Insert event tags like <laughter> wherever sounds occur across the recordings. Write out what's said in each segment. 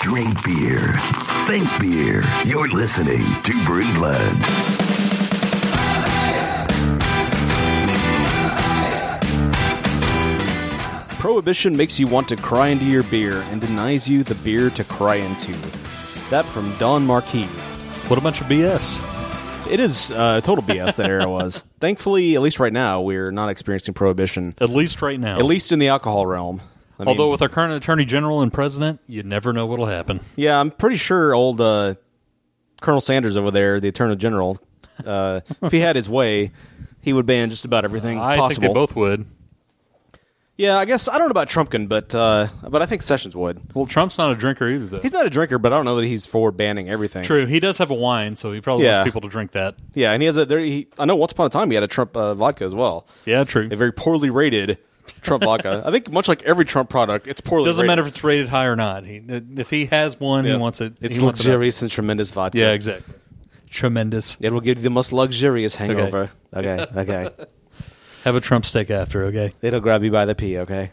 Drink beer. Think beer. You're listening to Brewbloods. Prohibition makes you want to cry into your beer and denies you the beer to cry into. That from Don Marquis. What a bunch of BS. It is uh, total BS that era <laughs> was. Thankfully, at least right now, we're not experiencing prohibition, At least right now. at least in the alcohol realm. I mean, Although with our current attorney general and president, you never know what'll happen. yeah, I'm pretty sure old uh, Colonel Sanders over there, the Attorney General, uh, if he had his way, he would ban just about everything I possible. think they both would. Yeah, I guess I don't know about Trumpkin, but uh, but I think Sessions would. Well, Trump's not a drinker either, though. He's not a drinker, but I don't know that he's for banning everything. True. He does have a wine, so he probably Yeah. wants people to drink that. Yeah, and he has a. There, he, I know. Once upon a time, he had a Trump uh, vodka as well. Yeah, true. A very poorly rated Trump <laughs> vodka. I think much like every Trump product, it's poorly. doesn't rated. matter if it's rated high or not. He, if he has one, Yeah. he wants it. It's he wants it up. luxurious and tremendous vodka. yeah, exactly. Tremendous. It will give you the most luxurious hangover. <laughs> Okay, okay. Have a Trump steak after, okay? It'll grab you by the pee. <laughs> Okay.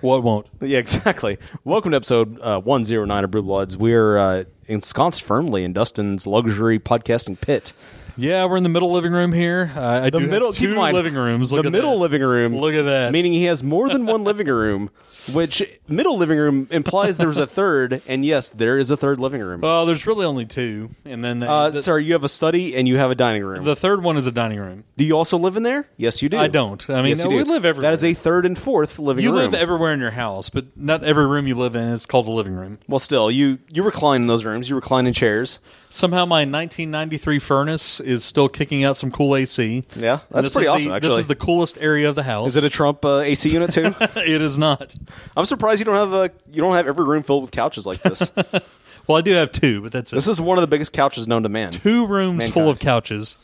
What won't? yeah, exactly. Welcome to episode uh, one zero nine of Brew Bloods. We're uh, ensconced firmly in Dustin's luxury podcasting pit. Yeah, we're in the middle living room here. Uh, I The do middle have keep two in mind, living rooms. Look the at middle that. living room. Look at that. Meaning he has more than one living room, which middle living room implies there's a third, and yes, there is a third living room. Well, there's really only two, and then Uh, the, sorry, you have a study and you have a dining room. the third one is a dining room. do you also live in there? Yes, you do. I don't. I mean, Yes, you we do. live everywhere. That is a third and fourth living You room. live everywhere in your house, but not every room you live in is called a living room. well, still, you you recline in those rooms. You recline in chairs. Somehow, my 1993 furnace is still kicking out some cool AC. Yeah, And that's pretty this is the- awesome, actually. this is the coolest area of the house. Is it a Trump uh, AC unit too? <laughs> it is not. I'm surprised you don't have a you don't have every room filled with couches like <laughs> this. Well, I do have two, but that's it. this is one of the biggest couches known to man. two rooms full Mankind. of couches.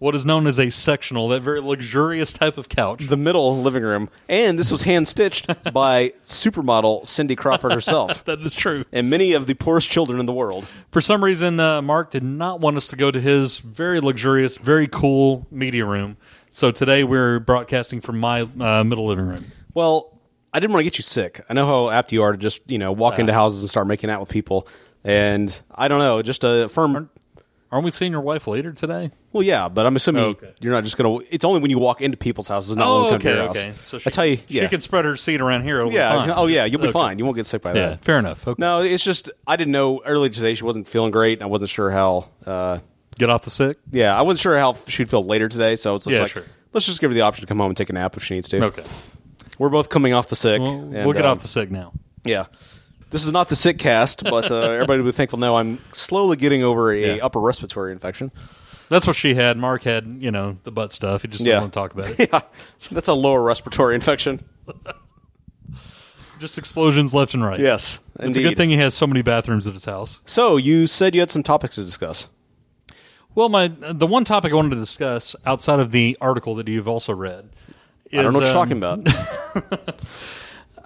What is known as a sectional, that very luxurious type of couch. the middle living room, and this was hand stitched by supermodel Cindy Crawford <laughs> herself, <laughs> that is true. and many of the poorest children in the world. For some reason, uh, Mark did not want us to go to his very luxurious, very cool media room. So today we're broadcasting from my uh, middle living room. Well, I didn't want to get you sick. I know how apt you are to just you know walk into houses and start making out with people, and I don't know, just a firm. Aren't we seeing your wife later today? Well, yeah, but I'm assuming Oh, Okay. Oh, you're not just gonna. It's only when you walk into people's houses, not when you come to your house. So she, Oh, That's how you. she Yeah, can spread her seed around here. It'll be yeah. fine. Oh, yeah. Just- You'll be okay. fine. You won't get sick by Yeah, that. fair enough. Okay. No, it's just I didn't know earlier today she wasn't feeling great, and I wasn't sure how. Uh, Get off the sick. yeah, I wasn't sure how she'd feel later today, so it's just Yeah, like sure. let's just give her the option to come home and take a nap if she needs to. Okay. We're both coming off the sick. Well, and, we'll get um, off the sick now. yeah. This is not the sick cast, <laughs> but uh, everybody will be thankful. No, I'm slowly getting over a Yeah. upper respiratory infection. That's what she had. Mark had, you know, the butt stuff. He just didn't Yeah. want to talk <laughs> about it. yeah, that's a lower respiratory infection. just explosions left and right. Yes, It's a good thing he has so many bathrooms at his house. So you said you had some topics to discuss. Well, my the one topic I wanted to discuss outside of the article that you've also read. Is, I don't know what you're um, talking about. <laughs>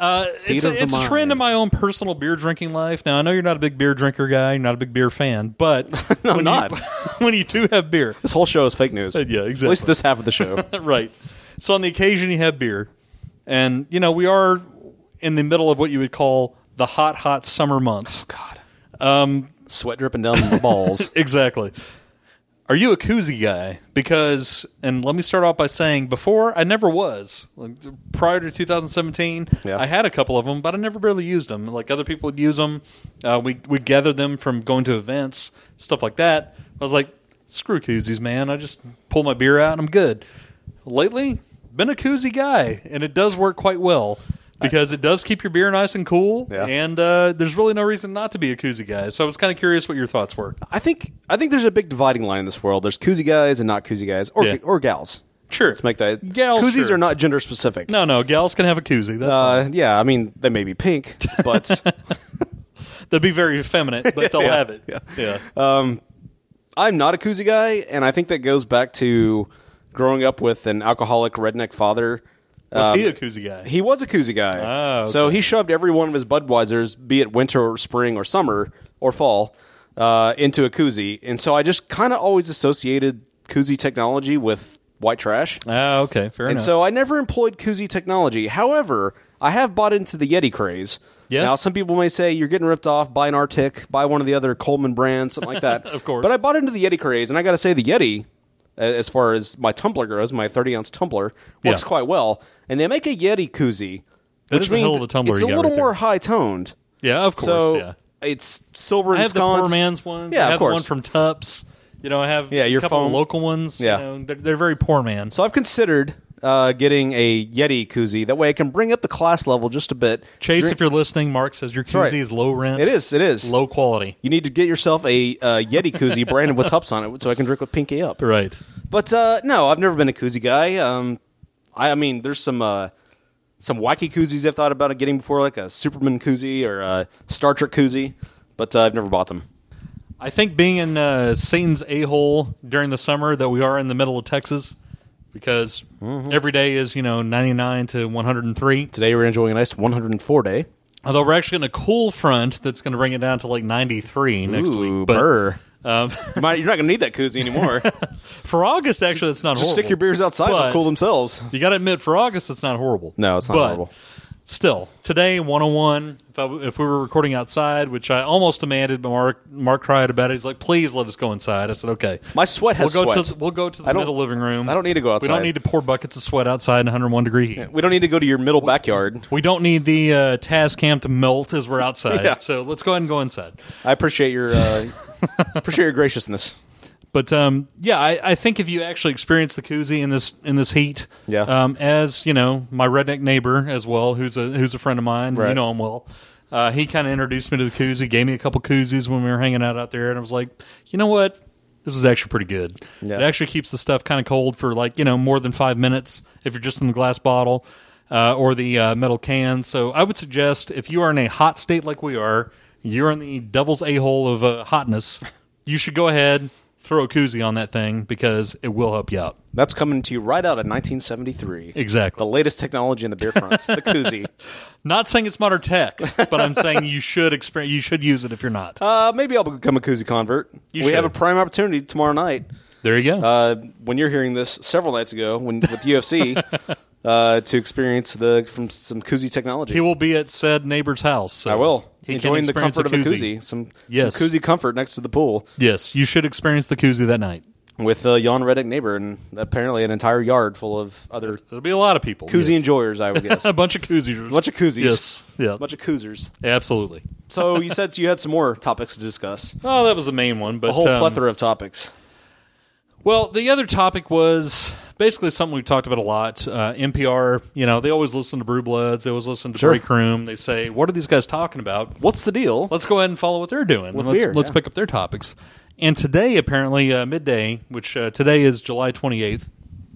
It's, Feet of a, the it's a trend mind. in my own personal beer drinking life. Now I know you're not a big beer drinker guy, you're not a big beer fan, but <laughs> No, I'm when not. You, <laughs> when you do have beer, <laughs> this whole show is fake news. Yeah, At least exactly. this half of the <laughs> show. right? So on the occasion you have beer, and you know we are in the middle of what you would call the hot, hot summer months. God. Um, Sweat dripping down my balls. <laughs> exactly. Are you a koozie guy? Because, and let me start off by saying, before I never was. Like, prior to 2017, Yeah. I had a couple of them, but I never really used them. Like other people would use them, uh, we we gather them from going to events, stuff like that. I was like, screw koozies, man. I just pull my beer out and I'm good. Lately, been a koozie guy, and it does work quite well because it does keep your beer nice and cool. Yeah. And uh, there's really no reason not to be a koozie guy. So I was kind of curious what your thoughts were. <laughs> I think I think there's a big dividing line in this world. There's koozie guys and not koozie guys, or Yeah. or gals. Sure. Let's make that. Gals, koozies sure. are not gender specific. No, no, gals can have a koozie. That's Uh, yeah, I mean they may be pink, but fine. They'll be very effeminate, but <laughs> they'll Yeah, have it. yeah. Uh, yeah. I'm not a koozie guy, and I think that goes back to growing up with an alcoholic redneck father. Was Um, he a koozie guy? He was a koozie guy. Ah, okay. So he shoved every one of his Budweisers, be it winter or spring or summer or fall, uh, into a koozie. And so I just kind of always associated koozie technology with white trash. Ah, okay, fair And enough. so I never employed koozie technology. However, I have bought into the Yeti craze. Yeah. Now, some people may say you're getting ripped off. Buy an Arctic, buy one of the other Coleman brands, something like that. <laughs> Of course. But I bought into the Yeti craze, and I got to say, the Yeti, a- as far as my tumbler goes, my 30 ounce tumbler, works Yeah. quite well. And they make a Yeti koozie, That which is a means hell of a tumbler it's you a got little right there. more high toned. yeah, of course. So yeah, it's silver and I have the poor sconce. man's ones. Yeah, I have of course. the one from Tups. You know, I have Yeah, your a couple of phone. local ones. Yeah. you know, they're, they're very poor man. So I've considered uh, getting a Yeti koozie. That way, I can bring up the class level just a bit. Chase, Drink- if you're listening, Mark says your koozie right. is low rent. It is. It is. low quality. You need to get yourself a uh, Yeti koozie branded with Hups on it, so I can drink with Pinky up. Right. But uh, no, I've never been a koozie guy. Um, I, I mean, there's some uh, some wacky koozies I've thought about getting before, like a Superman koozie or a Star Trek koozie, but uh, I've never bought them. I think being in uh, Satan's a hole during the summer that we are in the middle of Texas because Mm-hmm. every day is you know 99 to 103. Today we're enjoying a nice 104 day. Although we're actually in a cool front that's going to bring it down to like 93 next Ooh, week. But burr. um, You might- You're not going to need that koozie anymore. <laughs> for August, actually, that's not Just horrible. stick your beers outside; But- they'll cool themselves. You got to admit, for August, it's not horrible. No, it's not But horrible. Still, today, 101, if, I, if we were recording outside, which I almost demanded, but Mark, Mark cried about it. He's like, please let us go inside. I said, okay. My sweat We'll has go, sweat. To, we'll go to I the don't- middle living room. I don't need to go We outside. don't need to pour buckets of sweat outside in 101 degree heat. we don't need to go to your middle backyard. We don't need the uh, Taz camp to melt as we're <laughs> outside. Yeah. So let's go ahead and go inside. I appreciate your <laughs> uh, appreciate your graciousness. But um, yeah, I, I think if you actually experience the koozie in this in this heat, Yeah. um, as you know, my redneck neighbor as well, who's a who's a friend of mine, you Right. know him well. Uh, he kind of introduced me to the koozie, gave me a couple koozies when we were hanging out out there, and I was like, you know what, this is actually pretty good. Yeah. It actually keeps the stuff kind of cold for like you know more than five minutes if you're just in the glass bottle uh, or the uh, metal can. So I would suggest if you are in a hot state like we are, you're in the devil's a hole of uh, hotness. You should go ahead throw a koozie on that thing because it will help you out. That's coming to you right out of 1973. The Exactly. latest technology in the beer front, the <laughs> koozie. Not saying it's modern tech, but I'm saying you should experience. You should use it if you're not. Uh, maybe I'll become a koozie convert. You we have a should. prime opportunity tomorrow night. There you go. Uh, when you're hearing this several nights ago, when with <laughs> UFC, uh, to experience the from some koozie technology. he will be at said neighbor's house. so I will He can enjoying the experience comfort a of a koozie. Some, Yes. some koozie comfort next to the pool Yes, you should experience the koozie that night. with uh, yon Reddick neighbor and apparently an entire yard full of other There'll be a lot of people. koozie yes. enjoyers. I <laughs> would guess a bunch of koozies. A bunch of koozies. Yes. Yeah. a bunch of koozers. Absolutely. So you said you had some more topics to discuss. Oh, that was the main one, but A whole um, plethora of topics. Well, the other topic was basically something we've talked about a lot. Uh, NPR, you know, they always listen to Brew Bloods. They always listen to Break Room. They say, "What are these guys talking about?" What's the deal? Let's go ahead and follow what they're doing. With let's beer, let's yeah. pick up their topics. And today, apparently, uh, midday, which uh, today is July 28th,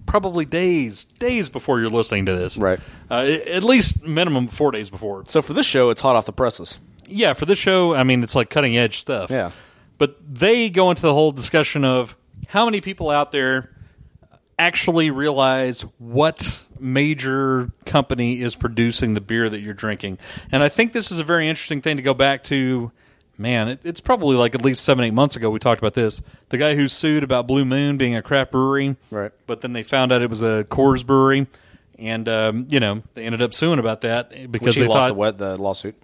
probably days days before you're listening to this, Right. Uh, a- at least minimum four days before. So for this show, it's hot off the presses. yeah, for this show, I mean, it's like cutting edge stuff. Yeah. But they go into the whole discussion of how many people out there actually realize what major company is producing the beer that you're drinking. And I think this is a very interesting thing to go back to. Man, it, it's probably like at least seven, eight months ago we talked about this. The guy who sued about Blue Moon being a craft brewery. Right. But then they found out it was a Coors brewery. And, um, you know, they ended up suing about that because Which he they lost thought, the, wet, the lawsuit.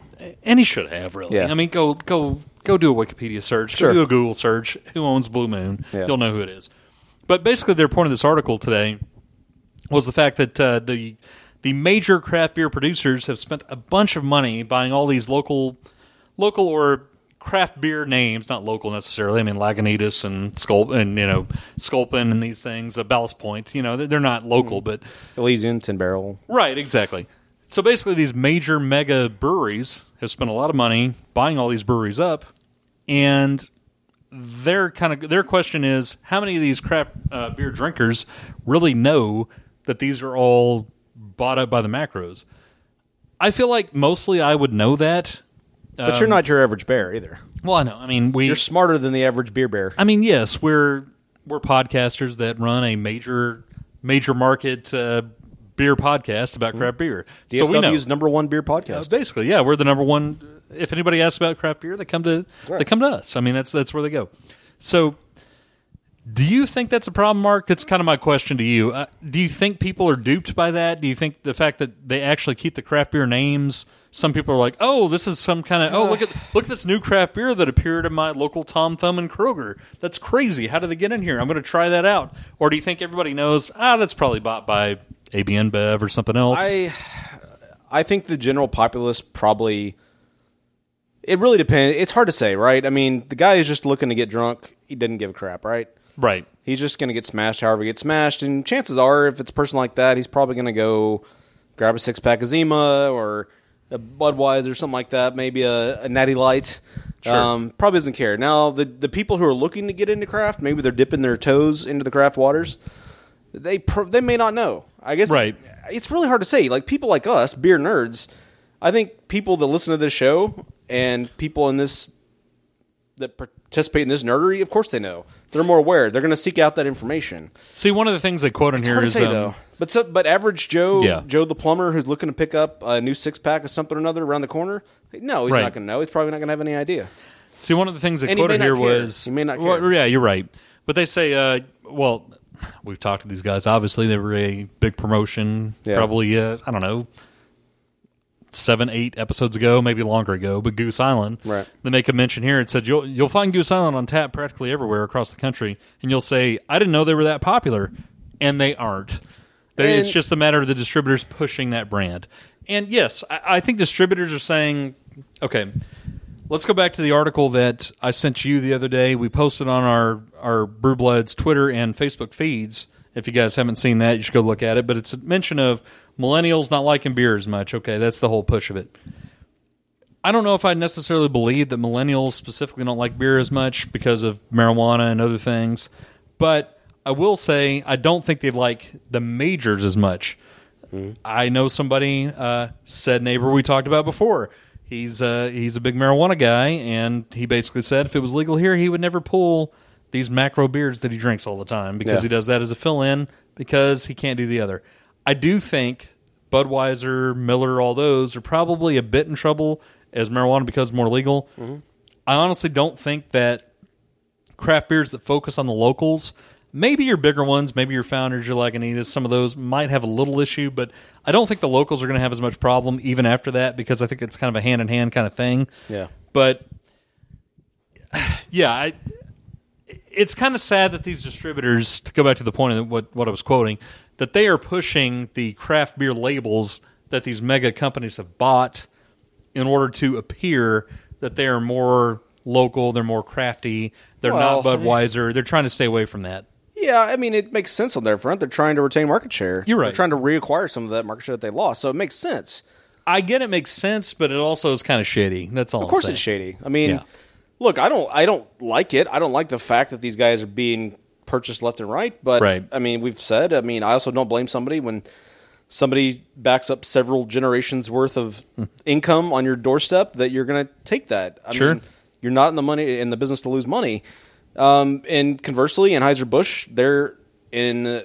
and he should have really. Yeah. I mean, go go go do a Wikipedia search, Sure. go do a Google search. Who owns Blue Moon? Yeah. You'll know who it is. But basically, their point of this article today was the fact that uh, the the major craft beer producers have spent a bunch of money buying all these local local or craft beer names, not local necessarily. I mean, Lagunitas and Sculpin, and you know Sculpin and these things, uh, Ballast Point. You know, they're- they're not local, Hmm. but Elysian, Tin Barrel. Right, exactly. So basically, these major mega breweries have spent a lot of money buying all these breweries up, and their kind of their question is how many of these craft uh, beer drinkers really know that these are all bought up by the macros? I feel like mostly I would know that. But Um, you're not your average bear either. Well, I know. I mean, we You're smarter than the average beer bear. I mean, yes, we're we're podcasters that run a major major market uh, beer podcast about craft beer. so we know. DFW's number one beer Uh, podcast. basically, yeah, we're the number one. If anybody asks about craft beer, they come to they come to us. I mean, that's that's where they go. So Do you think that's a problem, Mark? That's kind of my question to you. Uh, do you think people are duped by that? Do you think the fact that they actually keep the craft beer names? Some people are like, "Oh, this is some kind of oh look at look at this new craft beer that appeared in my local Tom Thumb and Kroger. That's crazy. How did they get in here? I'm going to try that out." Or do you think everybody knows? Ah, that's probably bought by ABN Bev or something else. I I think the general populace probably it really depends. It's hard to say, right? I mean, the guy is just looking to get drunk. He doesn't give a crap, right? right. He's just going to get smashed however he gets smashed. And chances are, if it's a person like that, he's probably going to go grab a six pack of Zima or a Budweiser or something like that, maybe a, a Natty Light. Sure. Um, probably doesn't care. Now, the, the people who are looking to get into craft, maybe they're dipping their toes into the craft waters. They pro- they may not know. I guess Right. It's really hard to say. Like people like us, beer nerds. I think people that listen to this show and people in this that participate in this nerdery, of course they know. They're more aware. They're going to seek out that information. See, one of the things they quote in It's here hard to is say um, though. But so, but average Joe, Yeah. Joe the plumber, who's looking to pick up a new six pack of something or another around the corner, no, he's Right. not going to know. He's probably not going to have any idea. See, one of the things that And he quoted may here not care. was He may not Well, care. yeah, you're right. But they say, uh, well, we've talked to these guys. Obviously, they were a big promotion. Yeah. Probably, uh, I don't know, seven, eight episodes ago, maybe longer ago. But Goose Island, Right. They make a mention here. It said you'll you'll find Goose Island on tap practically everywhere across the country, and you'll say, I didn't know they were that popular, and they aren't. They, it's And- just a matter of the distributors pushing that brand. And yes, I, I think distributors are saying, okay, let's go back to the article that I sent you the other day. We posted on our our Brew Bloods Twitter and Facebook feeds. If you guys haven't seen that, you should go look at it. But it's a mention of millennials not liking beer as much. Okay, that's the whole push of it. I don't know if I necessarily believe that millennials specifically don't like beer as much because of marijuana and other things, but I will say I don't think they like the majors as much. I know somebody uh, said neighbor we talked about before. He's uh, he's a big marijuana guy, and he basically said if it was legal here, he would never pull these macro beards that he drinks all the time because Yeah. he does that as a fill in because he can't do the other. I do think Budweiser, Miller, all those are probably a bit in trouble as marijuana becomes more legal. I honestly don't think that craft beers that focus on the locals. Maybe your bigger ones, maybe your founders, your Lagunitas, some of those might have a little issue, but I don't think the locals are going to have as much problem even after that because I think it's kind of a hand in hand kind of thing. Yeah. But yeah, I, it's kind of sad that these distributors, to go back to the point of what, what I was quoting, that they are pushing the craft beer labels that these mega companies have bought in order to appear that they are more local, they're more crafty, they're not Well, Budweiser. They're trying to stay away from that. Yeah, I mean, it makes sense on their front. They're trying to retain market share. You're right. They're trying to reacquire some of that market share that they lost. So it makes sense. I get it makes sense, but it also is kind of shady. That's all. Of course, I'm saying. it's shady. I mean, Yeah. look, I don't, I don't like it. I don't like the fact that these guys are being purchased left and right. But Right. I mean, we've said. I mean, I also don't blame somebody when somebody backs up several generations worth of Hmm. income on your doorstep that you're going to take that. I Sure. mean, you're not in the money in the business to lose money. Um, and conversely, Anheuser Busch, they're in.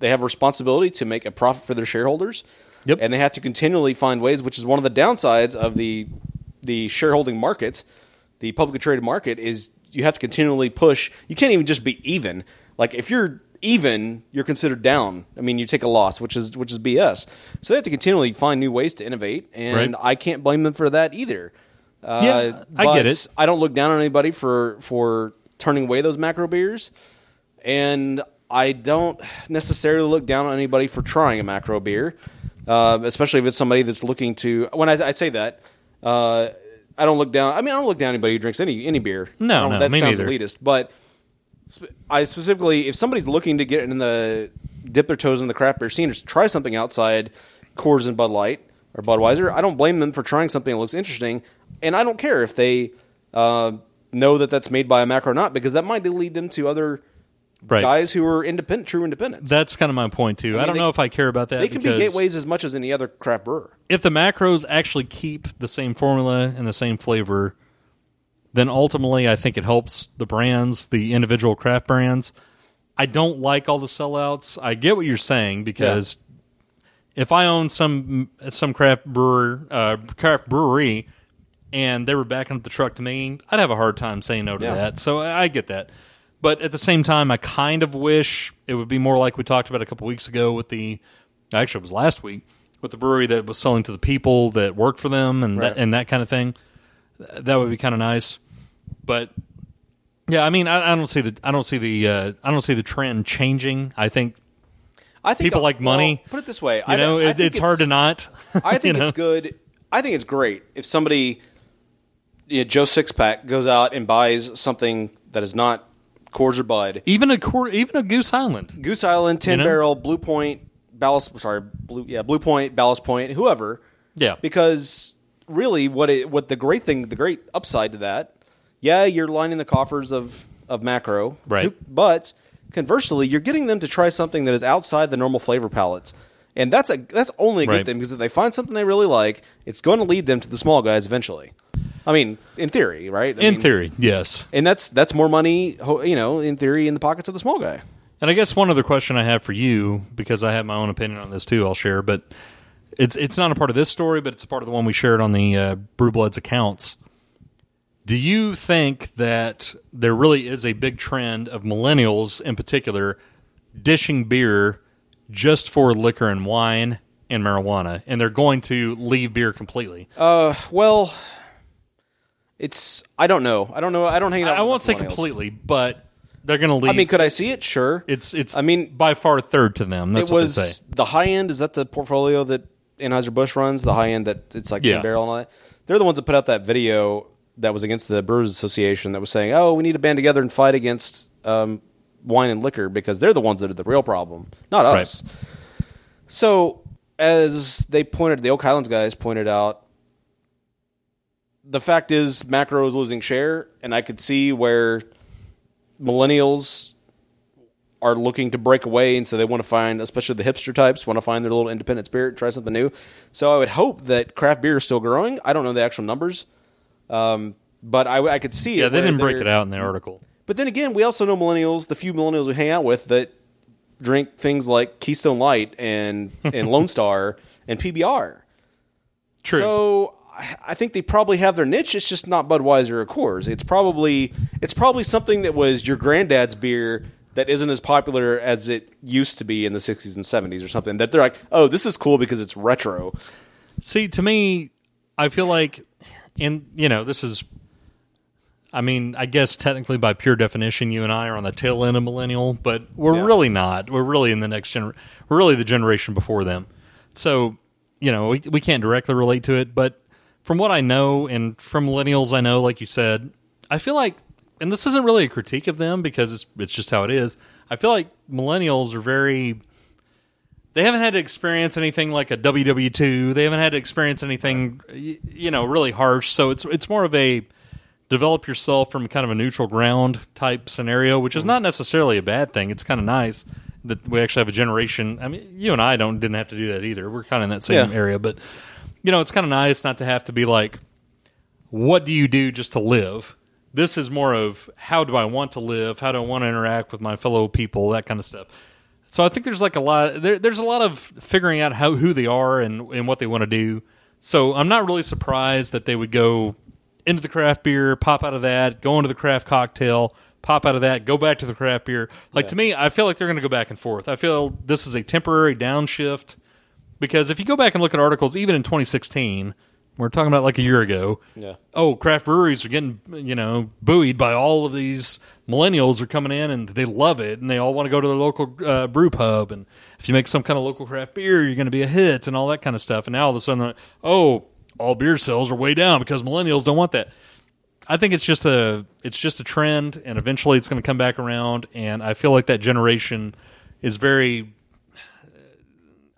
They have a responsibility to make a profit for their shareholders, Yep. and they have to continually find ways, which is one of the downsides of the the shareholding market, the publicly traded market, is you have to continually push. You can't even just be even. Like if you're even, you're considered down. I mean, you take a loss, which is which is BS. So they have to continually find new ways to innovate, and Right. I can't blame them for that either. Uh, Yeah, I but get it. I don't look down on anybody for for turning away those macro beers, and I don't necessarily look down on anybody for trying a macro beer, uh, especially if it's somebody that's looking to. When I, I say that, uh, I don't look down. I mean, I don't look down on anybody who drinks any any beer. No, I don't- no, that me sounds neither. elitist, but. sp- I specifically, if somebody's looking to get in the dip their toes in the craft beer scene or try something outside Coors and Bud Light or Budweiser, I don't blame them for trying something that looks interesting, and I don't care if they uh, know that that's made by a macro or not because that might lead them to other Right. guys who are independent, true independents. That's kind of my point too. I, don't they- know if I care about that. they can be because- gateways as much as any other craft brewer. if the macros actually keep the same formula and the same flavor, then ultimately I think it helps the brands, the individual craft brands. I don't like all the sellouts. I get what you're saying because if I own some some craft brewer uh, craft brewery and they were backing up the truck to me, I'd have a hard time saying no to Yeah. that. So I I get that. But at the same time, I kind of wish it would be more like we talked about a couple weeks ago with the actually it was last week with the brewery that was selling to the people that worked for them and Right. that, and that kind of thing. Th- That would be kind of nice. But yeah, I mean, I, I don't see the I don't see the uh, I don't see the trend changing. I think I think People like money. well, put it this way, you I, know I it, think it's, hard to not. I think <laughs> you know? it's good. I think it's great if somebody, you know, Joe Sixpack, goes out and buys something that is not Coors or Bud. Even a cor- even a Goose Island. Goose Island, Tin You know? Barrel, Blue Point, Ballast. Sorry, Blue. Yeah, Blue Point, Ballast Point, whoever. Yeah. Because really, what it what the great thing, the great upside to that, yeah, you're lining the coffers of of macro, Right. who- But conversely, you're getting them to try something that is outside the normal flavor palettes. And that's a that's only a Right. good thing because if they find something they really like, it's going to lead them to the small guys eventually. I mean, in theory, right? I In mean, theory, yes. and that's that's more money, ho- you know, in theory, in the pockets of the small guy. And I guess one other question I have for you, because I have my own opinion on this too, I'll share, but it's it's not a part of this story, but it's a part of the one we shared on the uh, Brewbloods accounts. Do you think that there really is a big trend of millennials in particular dishing beer just for liquor and wine and marijuana, and they're going to leave beer completely? Well, it's I don't know. I don't know. I don't hang out. I with won't say millennials. completely, but they're going to leave. I mean, could I see it? Sure. it's it's. I mean, by far third to them. That's it what they was say. the high end. Is that the portfolio that Anheuser Busch runs? The high end that it's like Yeah. Tin Barrel and all that. They're the ones that put out that video that was against the Brewers Association that was saying, "Oh, we need to band together and fight against um, wine and liquor because they're the ones that are the real problem, not Right. us." So, as they pointed, the Oak Highlands guys pointed out, the fact is macro is losing share, and I could see where millennials are looking to break away, and so they want to find, especially the hipster types, want to find their little independent spirit, try something new. So I would hope that craft beer is still growing. I don't know the actual numbers, um, but I, I could see. Yeah, it they where didn't break they're- it out in the article. but then again, we also know millennials, the few millennials we hang out with that drink things like Keystone Light and and <laughs> Lone Star and PBR. True. So I- I think they probably have their niche. It's just not Budweiser or Coors. It's probably it's probably something that was your granddad's beer that isn't as popular as it used to be in the 60s and 70s or something. That they're like, oh, this is cool because it's retro. See, to me, I feel like, and you know, this is, I mean, I guess technically by pure definition, you and I are on the tail end of millennial, but we're Yeah. really not. We're really in the next gener. We're really the generation before them. So, you know, we we can't directly relate to it, but from what I know and from millennials I know, like you said, I feel like, and this isn't really a critique of them because it's it's just how it is. I feel like millennials are very they haven't had to experience anything like a WW2. They haven't had to experience anything, y- you know, really harsh. So it's it's more of a develop yourself from kind of a neutral ground type scenario, which is not necessarily a bad thing. It's kind of nice that we actually have a generation. I mean, you and I don't didn't have to do that either. We're kind of in that same Yeah. area, but you know, it's kind of nice not to have to be like, what do you do just to live? This is more of how do I want to live? How do I want to interact with my fellow people? That kind of stuff. So I think there's like a lot. There, there's a lot of figuring out how who they are and and what they want to do. So I'm not really surprised that they would go into the craft beer, pop out of that, go into the craft cocktail, pop out of that, go back to the craft beer. Like to me, I feel like they're going to go back and forth. I feel this is a temporary downshift because if you go back and look at articles, even in 2016, we're talking about like a year ago. Yeah. Oh, craft breweries are getting you know buoyed by all of these millennials are coming in and they love it and they all want to go to their local uh, brew pub and if you make some kind of local craft beer, you're going to be a hit and all that kind of stuff. And now all of a sudden, like, oh, all beer sales are way down because millennials don't want that. I think it's just a it's just a trend, and eventually it's going to come back around. And I feel like that generation is very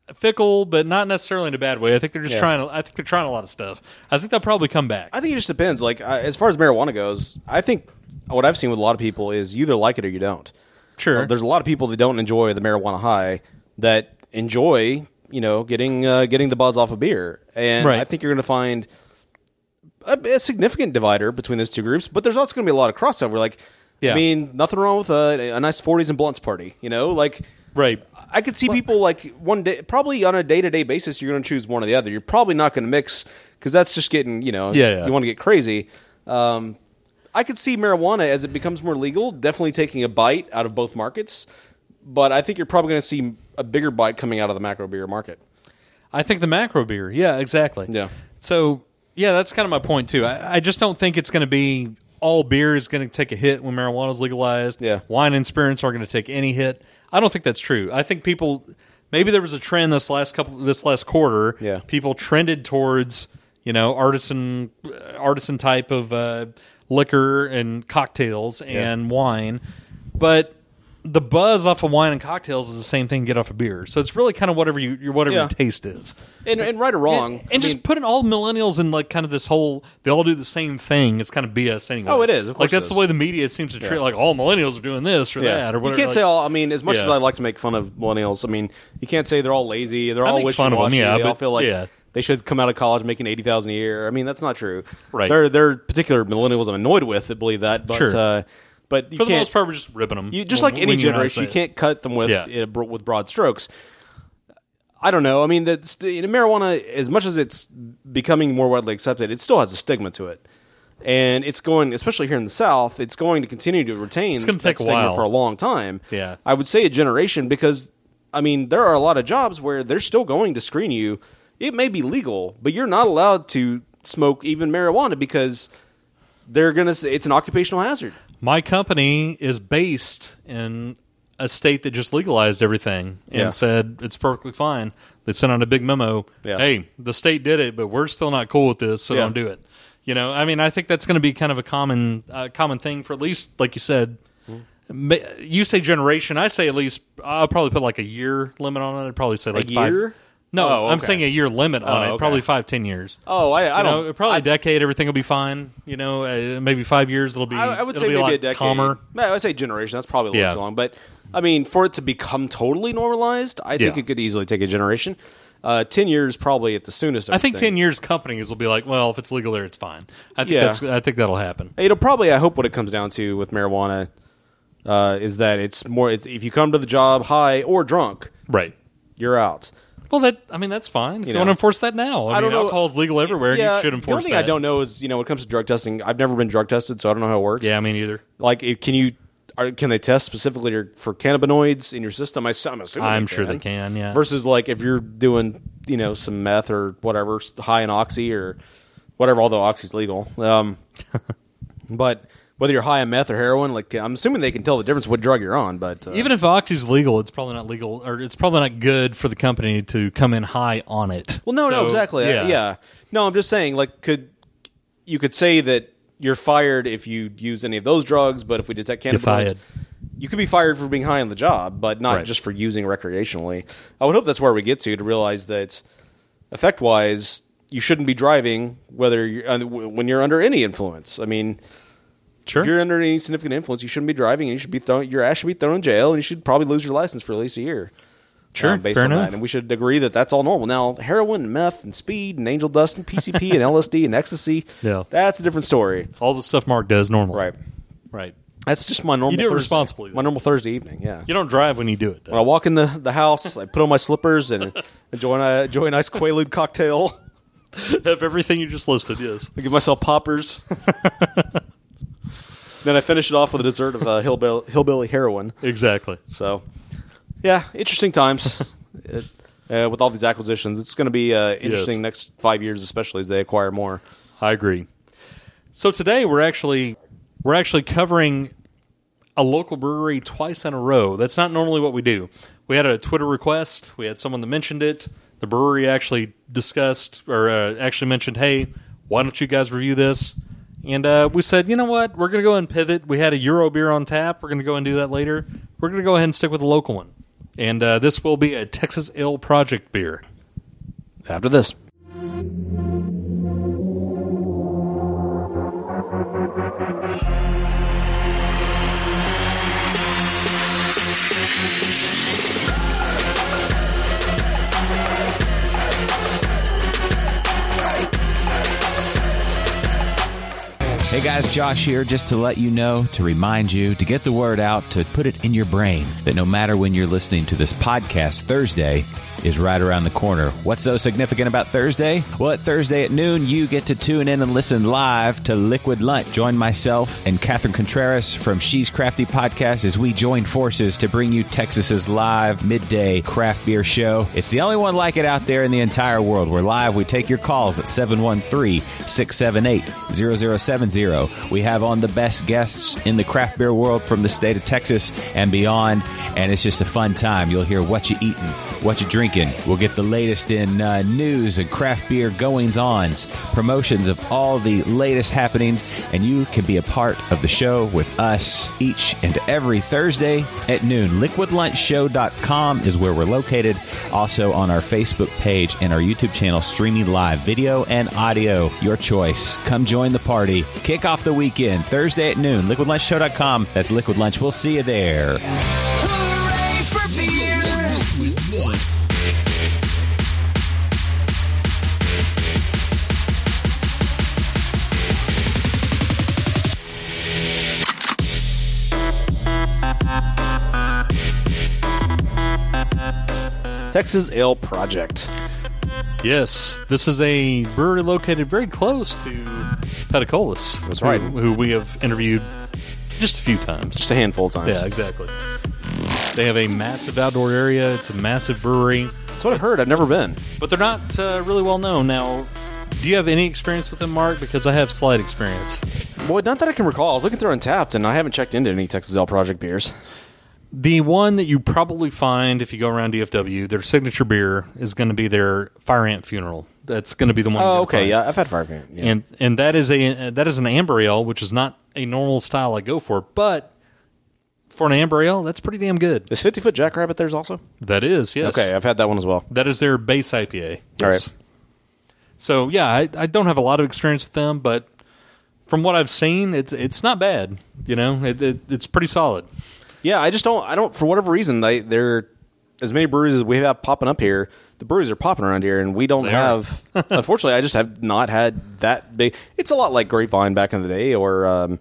uh, fickle, but not necessarily in a bad way. I think they're just Yeah. trying. To, I think they're trying a lot of stuff. I think they'll probably come back. I think it just depends. Like I as far as marijuana goes, I think what I've seen with a lot of people is you either like it or you don't. sure, There's a lot of people that don't enjoy the marijuana high that enjoy, you know, getting uh, getting the buzz off of beer, and Right. I think you're going to find a, a significant divider between those two groups. But there's also going to be a lot of crossover. Like, Yeah. I mean, nothing wrong with a, a nice 40s and blunts party, you know, like. right. I could see people like one day, probably on a day to day basis, you're going to choose one or the other. You're probably not going to mix because that's just getting, you know, Yeah, yeah. you want to get crazy. Um, I could see marijuana as it becomes more legal, definitely taking a bite out of both markets. But I think you're probably going to see a bigger bite coming out of the macro beer market. I think the macro beer. Yeah, exactly. Yeah. So yeah, that's kind of my point too. I, I just don't think it's going to be all beer is going to take a hit when marijuana's legalized. Yeah. Wine and spirits aren't going to take any hit. I don't think that's true. I think people maybe there was a trend this last couple this last quarter. Yeah. People trended towards you know artisan uh, artisan type of uh, liquor and cocktails and wine, but. The buzz off of wine and cocktails is the same thing you get off of beer, so it's really kind of whatever you whatever Yeah. your taste is. And, and right or wrong, And, I and just mean, putting all millennials in like kind of this whole they all do the same thing. It's kind of BS anyway. Oh, it is. Of like course it that's the is. way the media seems to treat like all millennials are doing this or that or you whatever. can't like, say all. I mean, as much Yeah. as I like to make fun of millennials, I mean, you can't say they're all lazy. They're I all make fun of 'em, wishy-washy, yeah, They all but- feel like yeah. they should come out of college making eighty thousand a year. I mean, that's not true. Right. There, there are particular millennials I'm annoyed with that believe that. But, Sure. uh, but you for the can't, most part, we're just ripping them. you, just like any generation, you can't cut them with Yeah. uh, bro- with broad strokes. I don't know. I mean, that's, you know, marijuana, as much as it's becoming more widely accepted, it still has a stigma to it, and it's going, especially here in the South, it's going to continue to retain. It's gonna take a while. for a long time. Yeah. I would say a generation because I mean there are a lot of jobs where they're still going to screen you. It may be legal, but you're not allowed to smoke even marijuana because they're gonna. say It's an occupational hazard. My company is based in a state that just legalized everything and Yeah. said it's perfectly fine. They sent out a big memo. Yeah. Hey, the state did it, but we're still not cool with this, so Yeah. don't do it. You know, I mean, I think that's going to be kind of a common uh, common thing for at least, like you said. Mm-hmm. ma- You say generation. I say at least. I'll probably put like a year limit on it. I'd probably say like year? Five, no, Oh, I'm okay. saying a year limit on Oh, it. okay. Probably five, ten years. Oh, I, I You don't. know, probably a decade. Everything will be fine. You know, uh, maybe five years. It'll be. I, I would it'll say be maybe lot a decade. Calmer. I would say generation. That's probably a little Yeah. too long. But I mean, for it to become totally normalized, I think Yeah. it could easily take a generation. Uh, ten years probably at the soonest. I think ten years companies will be like, well, if it's legal there, it's fine. I think Yeah. that's. I think that'll happen. It'll probably. I hope what it comes down to with marijuana uh, is that it's more. It's, if you come to the job high or drunk, Right. you're out. Well, that. I mean, that's fine. If you, know. want to enforce that now, I, I mean, don't know- alcohol's legal everywhere. and you should the enforce only thing that. I don't know is you know when it comes to drug testing, I've never been drug tested, so I don't know how it works. Yeah, I mean either. Like, it- can you? Are, can they test specifically your, for cannabinoids in your system? I, am assuming. I'm sure they can. Yeah. versus like if you're doing you know some meth or whatever s- high in oxy or whatever although oxy's legal <laughs> um, but whether you're high in meth or heroin like i'm assuming they can tell the difference what drug you're on but uh, Even if Oxy's legal, it's probably not legal, or it's probably not good for the company to come in high on it. well no So, no exactly yeah. yeah no i'm just saying like could you could say that you're fired if you use any of those drugs but if we detect cannabinoids fired. you could be fired for being high on the job but not Right. just for using recreationally i would hope that's where we get to to realize that effect wise, you shouldn't be driving whether you're, uh, w- when you're under any influence. I mean, Sure. if you're under any significant influence, you shouldn't be driving, and you should be thrown. Your ass should be thrown in jail, and you should probably lose your license for at least a year. Sure, um, based fair on enough. that, and we should agree that that's all normal. Now, heroin and meth and speed and angel dust and PCP <laughs> and LSD and ecstasy, Yeah. that's a different story, All the stuff Mark does normally. right? Right. That's just my normal. You do it Thursday- responsibly, though. My normal Thursday evening, yeah. You don't drive when you do it, When I though. walk in the, the house, I put on my slippers <laughs> and enjoy, a- enjoy a nice Quaalude cocktail. of <laughs> everything you just listed, yes. I give myself <laughs> poppers. then I finish it off with a dessert of uh, hillbilly, hillbilly heroin. Exactly. So, yeah, interesting <laughs> times It- uh, with all these acquisitions. It's going to be uh, interesting next five years, especially as they acquire more. I agree. So today we're actually we're actually covering a local brewery twice in a row. That's not normally what we do. We had a Twitter request. We had someone that mentioned it. The brewery actually discussed or uh, actually mentioned, "Hey, why don't you guys review this?" And uh, we said, "You know what? We're going to go and pivot. We had a Euro beer on tap. We're going to go and do that later. We're going to go ahead and stick with the local one." And uh, this will be a Texas Ale Project beer. After this, Hey guys, Josh here, just to let you know, to remind you, to get the word out, to put it in your brain that no matter when you're listening to this podcast Thursday, is right around the corner. What's so significant about Thursday? Well, at Thursday at noon, you get to tune in and listen live to Liquid Lunch. Join myself and Catherine Contreras from She's Crafty Podcast as we join forces to bring you Texas's live midday craft beer show. It's the only one like it out there in the entire world. We're live. We take your calls at 713 678 0070. We have on the best guests in the craft beer world from the state of Texas and beyond. And it's just a fun time. You'll hear what you eating, what you drinking. We'll get the latest in uh, news and craft beer goings ons, promotions of all the latest happenings. And you can be a part of the show with us each and every Thursday at noon. LiquidLunchShow.com is where we're located. Also on our Facebook page and our YouTube channel, streaming live video and audio. Your choice. Come join the party. Kick off the weekend Thursday at noon. LiquidLunchShow.com. That's Liquid Lunch. We'll see you there. Hooray for beer! Texas Ale Project. Yes, this is a brewery located very close to Petacolis. That's right. Who, who we have interviewed just a few times. Just a handful of times. Yeah, exactly. They have a massive outdoor area. It's a massive brewery, That's what I heard. I've never been. but they're not uh, really well known now. Do you have any experience with them, Mark? Because I have slight experience. Boy, not that I can recall. I was looking through Untapped, and I haven't checked into any Texas Ale Project beers. The one that you probably find if you go around DFW, their signature beer is going to be their Fire Ant Funeral. That's going to be the one. you're Oh, gonna okay. find. Yeah, I've had Fire Ant. Yeah. and and that is a that is an amber ale, which is not a normal style I go for, but for an amber ale, that's pretty damn good. Is 50 Foot Jackrabbit theirs also? That is yes. Okay, I've had that one as well. that is their base IPA. All Yes. right. So yeah, I, I don't have a lot of experience with them, but from what I've seen, it's it's not bad. You know, it, it, it's pretty solid. Yeah, I just don't. I don't for whatever reason they they're as many breweries as we have popping up here. The breweries are popping around here, and we don't They are. <laughs> have. unfortunately, I just have not had that big. It's a lot like Grapevine back in the day, or um,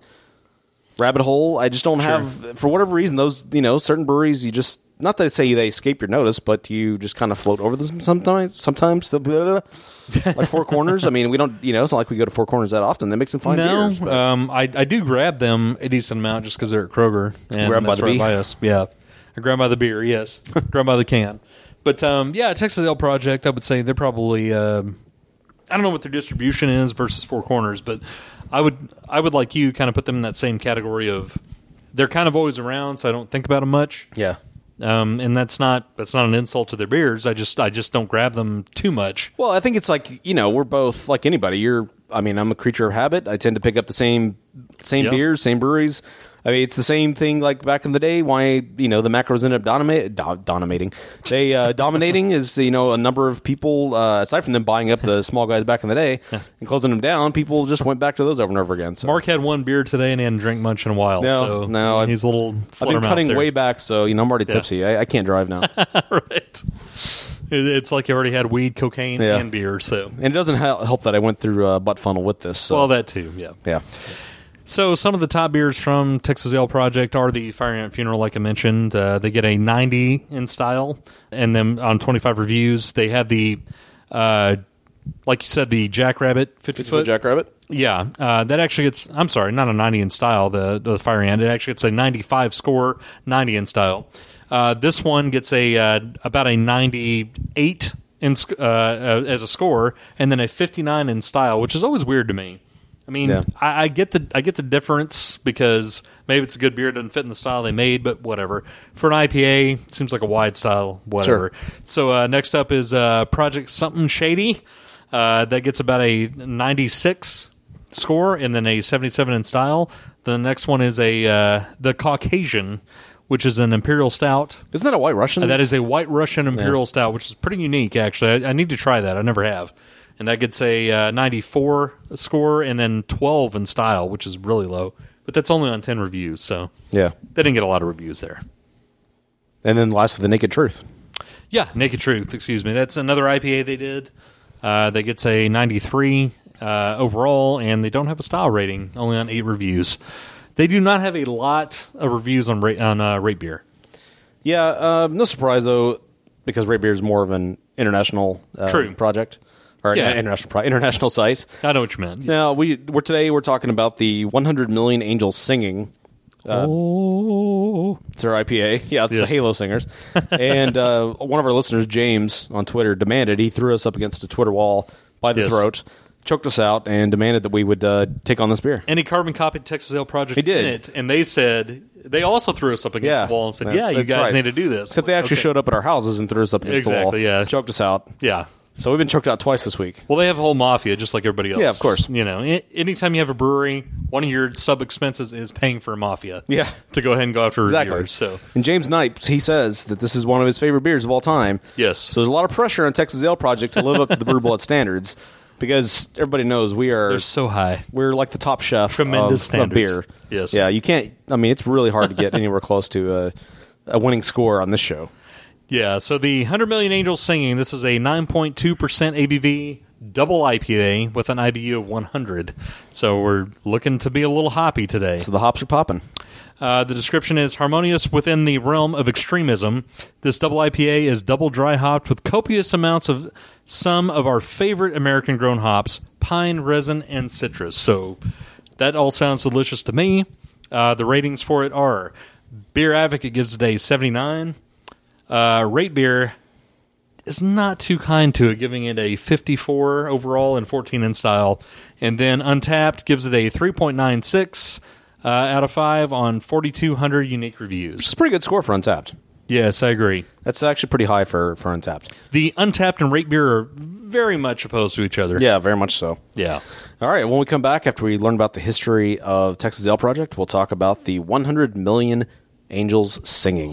Rabbit Hole. I just don't have for whatever reason those you know certain breweries you just. Not that I say they escape your notice, but you just kind of float over them sometimes. Sometimes, <laughs> the blah, blah, blah. like Four Corners. I mean, we don't, you know, it's not like we go to Four Corners that often. They make some fine no, beers. but- um, I I do grab them a decent amount just because they're at Kroger and Grab by that's the right bee? by us. Yeah, I grab by the beer. <laughs> Yes, grab by the can. But um, yeah, Texas Ale Project. I would say they're probably. Um, I don't know what their distribution is versus Four Corners, but I would I would like you kind of put them in that same category of they're kind of always around, so I don't think about them much. yeah. Um, and that's not that's not an insult to their beers. I just I just don't grab them too much. Well, I think it's like you know we're both like anybody. You're, I mean, I'm a creature of habit. I tend to pick up the same same Yeah. beers, same breweries. I mean, it's the same thing like back in the day. Why you know the macros ended up dominate, do, dominating? They <laughs> uh, dominating is you know a number of people uh, aside from them buying up the small guys back in the day and closing them down. People just went back to those over and over again. So Mark had one beer today and he hadn't drank much in a while. No, so no, I've- he's a little. I've been fluttermouth cutting there. way back, so you know I'm already Yeah. tipsy. I, I can't drive <laughs> now, right. It- It's like you already had weed, cocaine, Yeah. and beer. So, and it doesn't hel- help that I went through uh, butt funnel with this. So well, that too. Yeah. yeah, So, some of the top beers from Texas Ale Project are the Fire Ant Funeral, like I mentioned. Uh, they get a 90 in style, and then on 25 reviews, they have the, uh, like you said, the Jackrabbit 50 foot. Jackrabbit. Yeah, uh, that actually gets. I'm sorry, not a 90 in style. The the fire end. It actually gets a 95 score, 90 in style. Uh, this one gets a uh, about a 98 in sc- uh, uh, as a score, and then a 59 in style, which is always weird to me. I mean, Yeah. I, I get the I get the difference because maybe it's a good beer, it doesn't fit in the style they made, but whatever. For an IPA, it seems like a wide style, whatever. So uh, next up is uh, Project Something Shady. Uh, that gets about a 96 score and then a 77 in style. The next one is a uh, the Caucasian, which is an imperial stout. Isn't that a White Russian? Uh, That is a white Russian imperial stout, which is pretty unique, actually. I, I need to try that. I never have. And that gets a uh, 94 score and then 12 in style, which is really low. But that's only on 10 reviews, so yeah. they didn't get a lot of reviews there. And then last the Naked Truth. Yeah, Naked Truth, excuse me. That's another IPA they did uh, that gets a 93 uh, overall, and they don't have a style rating, only on eight reviews. They do not have a lot of reviews on, ra- on uh, Rate Beer. Yeah, uh, no um, surprise though. because Rate Beer is more of an international uh, True. project or an Yeah. international pro- international site. I know what you meant. Now we we're today we're talking about the 100 million angels singing. Uh, Oh. It's our IPA. Yeah, it's Yes. the Halo <laughs> singers. and uh, one of our listeners, James, on Twitter, demanded he threw us up against a Twitter wall by the Yes. throat, choked us out, and demanded that we would uh, take on this beer. And he carbon copied Texas Ale Project He did. in it, and they said they also threw us up against Yeah. the wall and said, Yeah, "Yeah, you that's guys right. need to do this." Except they actually Okay. showed up at our houses and threw us up against the wall. Exactly, yeah. choked us out. Yeah. So we've been choked out twice this week. Well, they have a whole mafia just like everybody else. Yeah, of course. Just, you know, a- anytime you have a brewery, one of your sub expenses is paying for a mafia. Yeah. To go ahead and go after Exactly. reviewers. So And James Knipe, he says that this is one of his favorite beers of all time. Yes. So there's a lot of pressure on Texas Ale Project to live up to the Brew Blood standards because everybody knows we are they're so high. we're like the top chef Tremendous of, of standards. beer. Yes. Yeah, you can't I mean it's really hard to get anywhere close to a, a winning score on this show. Yeah. So the 100 Million Angels Singing, this is a 9.2% ABV double IPA with an IBU of 100. So we're looking to be a little hoppy today. So the hops are popping. Uh, the description is harmonious within the realm of extremism. This double IPA is double dry hopped with copious amounts of some of our favorite American grown hops, pine, resin, and citrus. So that all sounds delicious to me. Uh, the ratings for it are Beer Advocate gives it a 79. Uh, Rate Beer is not too kind to it, giving it a 54 overall and 14 in style. And then Untapped gives it a 3.96 uh, out of 5 on 4,200 unique It's reviews. a pretty good score for Untapped. Yes, I agree. That's actually pretty high for, for Untapped. The Untapped and Rate Beer are very much opposed to each other. Yeah, very much so. Yeah. All right. When we come back after we learn about the history of Texas Ale Project, we'll talk about the 100 million angels singing.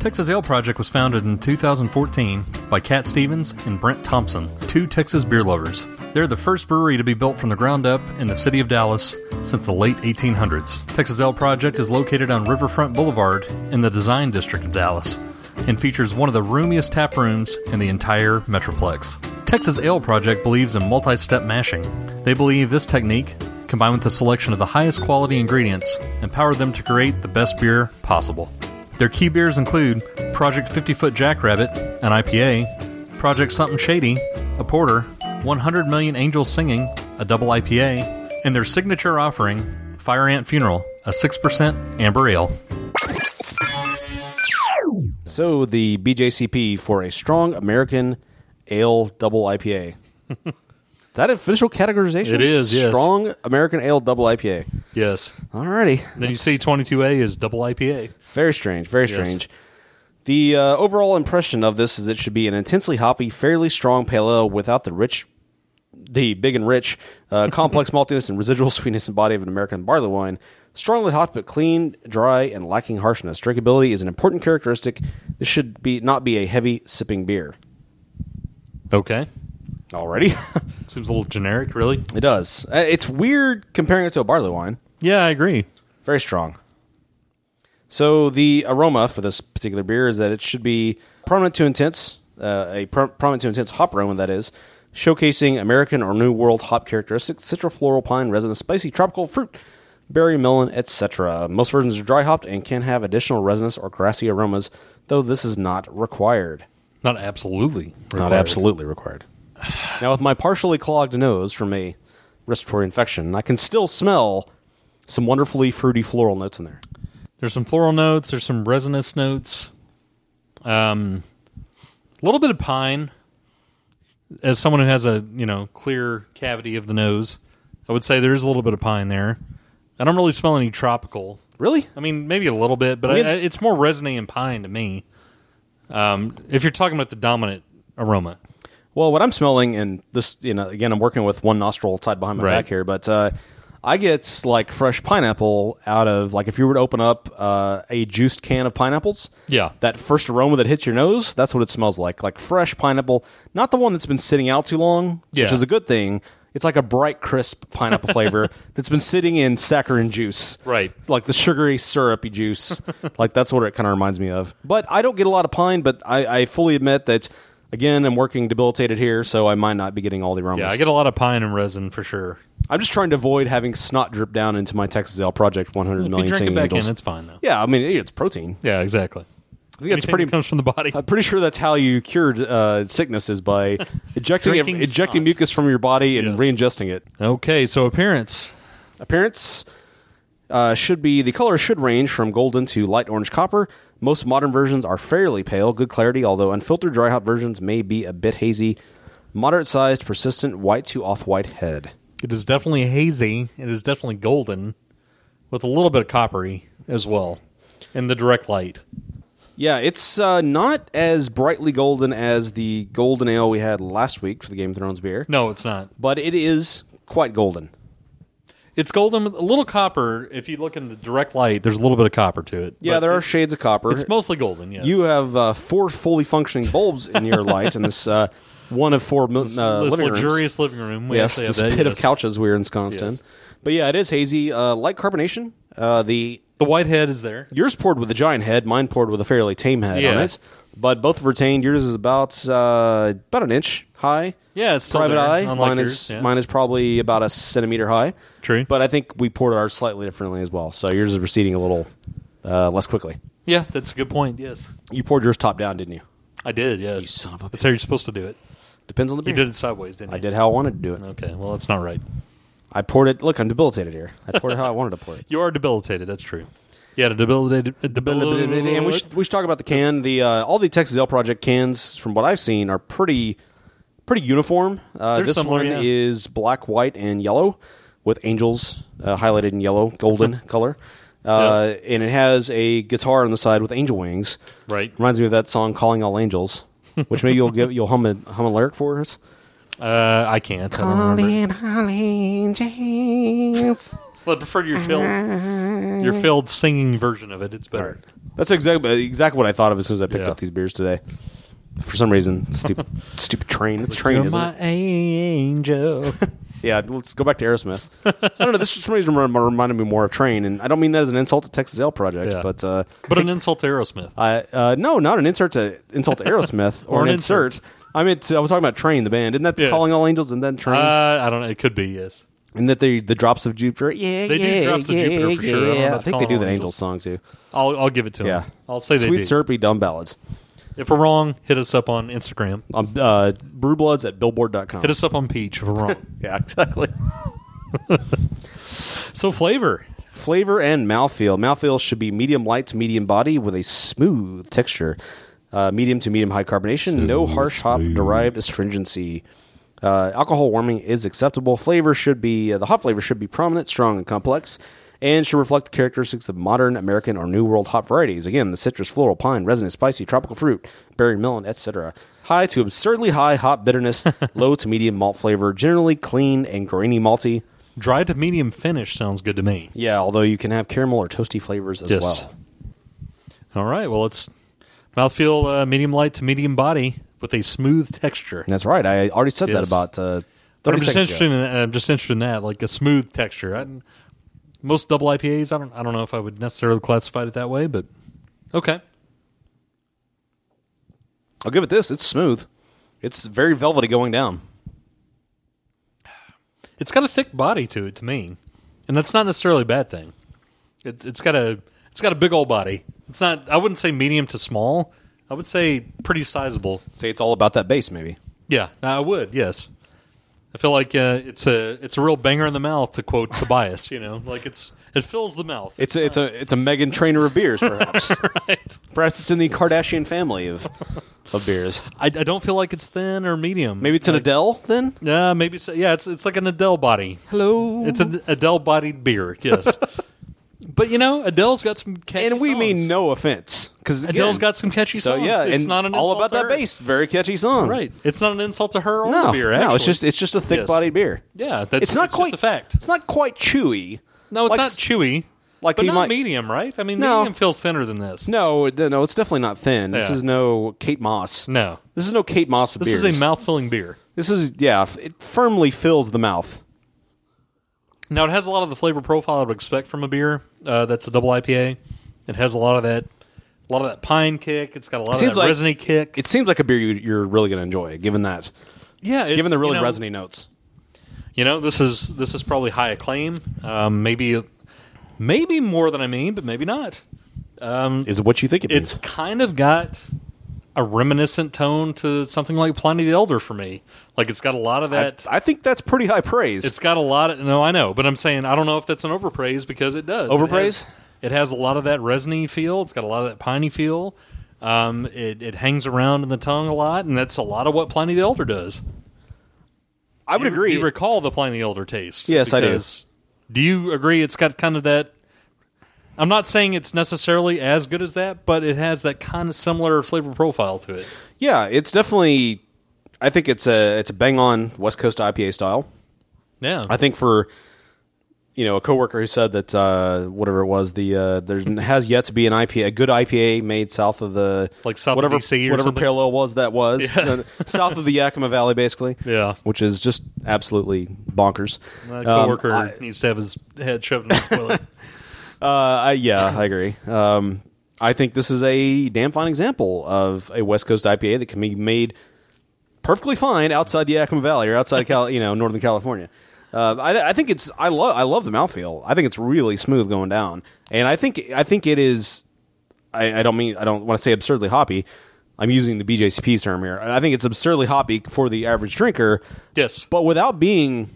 Texas Ale Project was founded in 2014 by Cat Stevens and Brent Thompson, two Texas beer lovers. They're the first brewery to be built from the ground up in the city of Dallas since the late 1800s. Texas Ale Project is located on Riverfront Boulevard in the Design District of Dallas and features one of the roomiest tap rooms in the entire Metroplex. Texas Ale Project believes in multi step mashing. They believe this technique, combined with the selection of the highest quality ingredients, empower them to create the best beer possible. Their key beers include Project 50 Foot Jackrabbit, an IPA, Project Something Shady, a porter, 100 Million Angels Singing, a double IPA, and their signature offering, Fire Ant Funeral, a 6% amber ale. So the BJCP for a strong American ale double IPA. <laughs> is that official categorization? It is, yes. Strong American ale double IPA. Yes. Alrighty. Then you see 22A is double IPA. Very strange. Very Yes. strange. The uh, overall impression of this is it should be an intensely hoppy, fairly strong pale ale without the rich, the big and rich, uh, <laughs> complex maltiness and residual sweetness and body of an American barley wine. Strongly hot, but clean, dry, and lacking harshness. Drinkability is an important characteristic. This should be not be a heavy sipping beer. Okay. Already, <laughs> Seems a little generic, really. it does. Uh, It's weird comparing it to a barley wine. Yeah, I agree. Very strong. So the aroma for this particular beer is that it should be prominent to intense, uh, a pro- prominent to intense hop aroma that is, showcasing American or New World hop characteristics: citral, floral, pine, resin, spicy, tropical fruit, berry, melon, etc. Most versions are dry hopped and can have additional resinous or grassy aromas, though this is not required. Not absolutely. Not absolutely required. <sighs> Now, with my partially clogged nose from a respiratory infection, I can still smell some wonderfully fruity floral notes in there. There's some floral notes. There's some resinous notes. Um, a little bit of pine. As someone who has a you know clear cavity of the nose, I would say there is a little bit of pine there. I don't really smell any tropical. Really? I mean, maybe a little bit, but I, I mean, I, it's- it's more resiny and pine to me. Um, if you're talking about the dominant aroma, Well, what I'm smelling, and this, you know, again, I'm working with one nostril tied behind my Right. back here, but uh, I get like fresh pineapple out of like if you were to open up uh, a juiced can of pineapples. Yeah. That first aroma that hits your nose, that's what it smells like, like fresh pineapple, not the one that's been sitting out too long, which Yeah. is a good thing. It's like a bright, crisp pineapple flavor <laughs> that's been sitting in saccharine juice, Right. Like the sugary, syrupy <laughs> juice. like that's what it kind of reminds me of. But I don't get a lot of pine. But I, I fully admit that, again, I'm working debilitated here, so I might not be getting all the aromas. yeah, I get a lot of pine and resin for sure. I'm just trying to avoid having snot drip down into my Texas Ale Project 100 If you million drink it singing back needles. in, it's fine though. yeah, I mean it's protein. Yeah, exactly. think that's Anything pretty that comes from the body. I'm pretty sure that's how you cured uh, sickness is <laughs> by ejecting Drinking ejecting snot. mucus from your body and Yes. reingesting it. Okay, so appearance. Appearance uh, should be the color should range from golden to light orange copper. Most modern versions are fairly pale, good clarity, although unfiltered dry hop versions may be a bit hazy. Moderate sized, persistent white to off white head. It is definitely hazy. It is definitely golden, with a little bit of coppery as well in the direct light. Yeah, it's uh, not as brightly golden as the golden ale we had last week for the Game of Thrones beer, No, it's not. but it is quite golden. It's golden with a little copper. If you look in the direct light, there's a little bit of copper to it. Yeah, But there are it- shades of copper. It's mostly golden. Yes. You have uh, four fully functioning bulbs in <laughs> your light, and this uh, one of four mil- uh, this living rooms. luxurious living room. We yes, actually have this that, pit of yes. couches we're ensconced Yes. in. But yeah, it is hazy, uh, light carbonation. Uh, the The white head is there. yours poured with a giant head, mine poured with a fairly tame head on Yeah. it. But both have retained. Yours is about uh, about an inch high. Yeah, it's still private there, eye. unlike Mine is yours, yeah. mine is probably about a centimeter high. True. But I think we poured ours slightly differently as well. So yours is receding a little uh, less quickly. Yeah, that's a good point. Yes, You poured yours top down, didn't you? I did. Yes, You son of a That's how you're supposed to do it. Depends on the beer. You did it sideways, didn't you? I did how I wanted to do it. Okay, well, that's not right. I poured it. Look, I'm debilitated here. I poured it how I wanted to pour it. You are debilitated. That's true. You had a debilitated. A debilitated And we should, we should talk about the can. The uh, all the Texas Ale Project cans, from what I've seen, are pretty pretty uniform. Uh, They're this similar, one yeah. is black, white, and yellow, with angels uh, highlighted in yellow, golden color. Uh, And it has a guitar on the side with angel wings. Right. Reminds me of that song "Calling All <laughs> Angels," which maybe you'll give you'll hum a hum a lyric for us. Uh, I can't. I don't remember. Holly James. <laughs> Well, I prefer your filled, your filled singing version of it. It's better. That's exactly exactly what I thought of as soon as I picked Yeah. up these beers today. For some reason, <laughs> stupid stupid train. It's train, isn't it? angel. Yeah, let's go back to <laughs> Aerosmith. I don't know. This for some reason rem- reminded me more of Train, and I don't mean that as an insult to Texas Ale Project, Yeah. but uh, <laughs> but an insult to Aerosmith. I uh, no, not an insert to insult to <laughs> Aerosmith or, Or an an insert. I meant I was talking about Train, the band. Isn't that Yeah. Calling All Angels and then Train, Uh, I don't know. It could be yes. and that they the drops of Jupiter? Yeah, They do yeah, Drops of yeah, Jupiter for sure. I don't know yeah. I, think about they Calling do All the Angels Angels. song too. I'll I'll give it to him. Yeah, I'll say sweet they do. syrupy dumb ballads. If we're wrong, hit us up on Instagram. Um, uh, Brewbloods at billboard.com. Hit us up on Peach if we're wrong. Yeah, <laughs> exactly. <laughs> so flavor. Flavor and mouthfeel. Mouthfeel should be medium light to medium body with a smooth texture. Uh, medium to medium high carbonation. no harsh hop derived astringency. Uh, alcohol warming is acceptable. Flavor should be uh, the hop flavor should be prominent, strong, and complex, and should reflect the characteristics of modern American or New World hop varieties. Again, the citrus, floral, pine, resinous, spicy, tropical fruit, berry, melon, etc. High to absurdly high hop bitterness. low to medium malt flavor. Generally clean and grainy malty. Dry to medium finish sounds good to me. Yeah, although you can have caramel or toasty flavors as Yes. well. All right. Well, it's mouthfeel uh, medium light to medium body with a smooth texture. That's right. I already said Yes. that about uh, 30 But I'm just seconds interested. ago. In, I'm just interested in that, like a smooth texture. I, most double IPAs, I don't. I don't know if I would necessarily classify it that way, but okay. I'll give it this. It's smooth. It's very velvety going down. It's got a thick body to it to me, and that's not necessarily a bad thing. It, it's got a it's got a big old body. It's not. I wouldn't say medium to small. I would say pretty sizable. Say it's all about that base, maybe. Yeah, I would. Yes, I feel like uh, it's a it's a real banger in the mouth to quote Tobias. You know, like it's it fills the mouth. It's a, it's a it's a Megan Trainer of beers, perhaps. <laughs> right. perhaps it's in the Kardashian family of of beers. I, I don't feel like it's thin or medium. Maybe it's an Adele then. Yeah, maybe so. Yeah, it's it's like an Adele body. Hello. It's an Adele bodied beer. <laughs> Yes. but you know, Adele's got some catchy and we songs. mean no offense because Adele's got some catchy So songs. yeah, it's and not an all insult about to that her. base. Very catchy song. Right. It's not an insult to her or No, the beer. no, Actually. it's just it's just a thick-bodied beer. yeah. That's it's not just quite a fact. It's not quite chewy. No, it's Like not s- chewy. like but you not might- medium, right? I mean, No. medium feels thinner than this. No, it- no, it's definitely not thin. This Yeah. is no Kate Moss. No. This is no Kate Moss of This beers. is a mouth filling beer. This is yeah. f- It firmly fills the mouth. Now it has a lot of the flavor profile I would expect from a beer. Uh, that's a double IPA. It has a lot of that, a lot of that pine kick. It's got a lot of Seems Oh, that like- resiny kick. It seems like a beer you, you're really going to enjoy, given that, yeah, it's, given the really you know, resiny notes. You know, this is this is probably high acclaim. Um, maybe, maybe more than I mean, but maybe not. Is it what you think it It's is? kind of got a reminiscent tone to something like Pliny the Elder for me. Like it's got a lot of I, that. I think that's pretty high praise. it's got a lot of no, I know, but I'm saying I don't know if that's an overpraise because it does It Overpraise? has- It has, a lot of that resiny feel. It's got a lot of that piney feel. Um, it, it hangs around in the tongue a lot, and that's a lot of what Pliny the Elder does. I would You- agree. You recall the Pliny the Elder taste? Yes, I do. because- Do you agree? It's got kind of that. I'm not saying it's necessarily as good as that, but it has that kind of similar flavor profile to it. yeah, it's definitely. I think it's a it's a bang on West Coast IPA style. Yeah, I think for you know a coworker who said that uh, whatever it was the uh, there has yet to be an IPA a good IPA made south of the Like south of whatever DC or whatever something? parallel was that was the- south of the Yakima Valley basically <laughs> Yeah. which is just absolutely bonkers My Um, coworker needs to have his head shoved in <laughs> his toilet. uh, I- yeah, I agree. Um, I think this is a damn fine example of a West Coast IPA that can be made perfectly fine outside the Yakima Valley or outside of Cal, you know, Northern California. Uh, I, I think it's I love I love the mouthfeel. I think it's really smooth going down, and I think I think it is. I, I don't mean I don't want to say absurdly hoppy. I'm using the BJCP's term here. I think it's absurdly hoppy for the average drinker, yes, but without being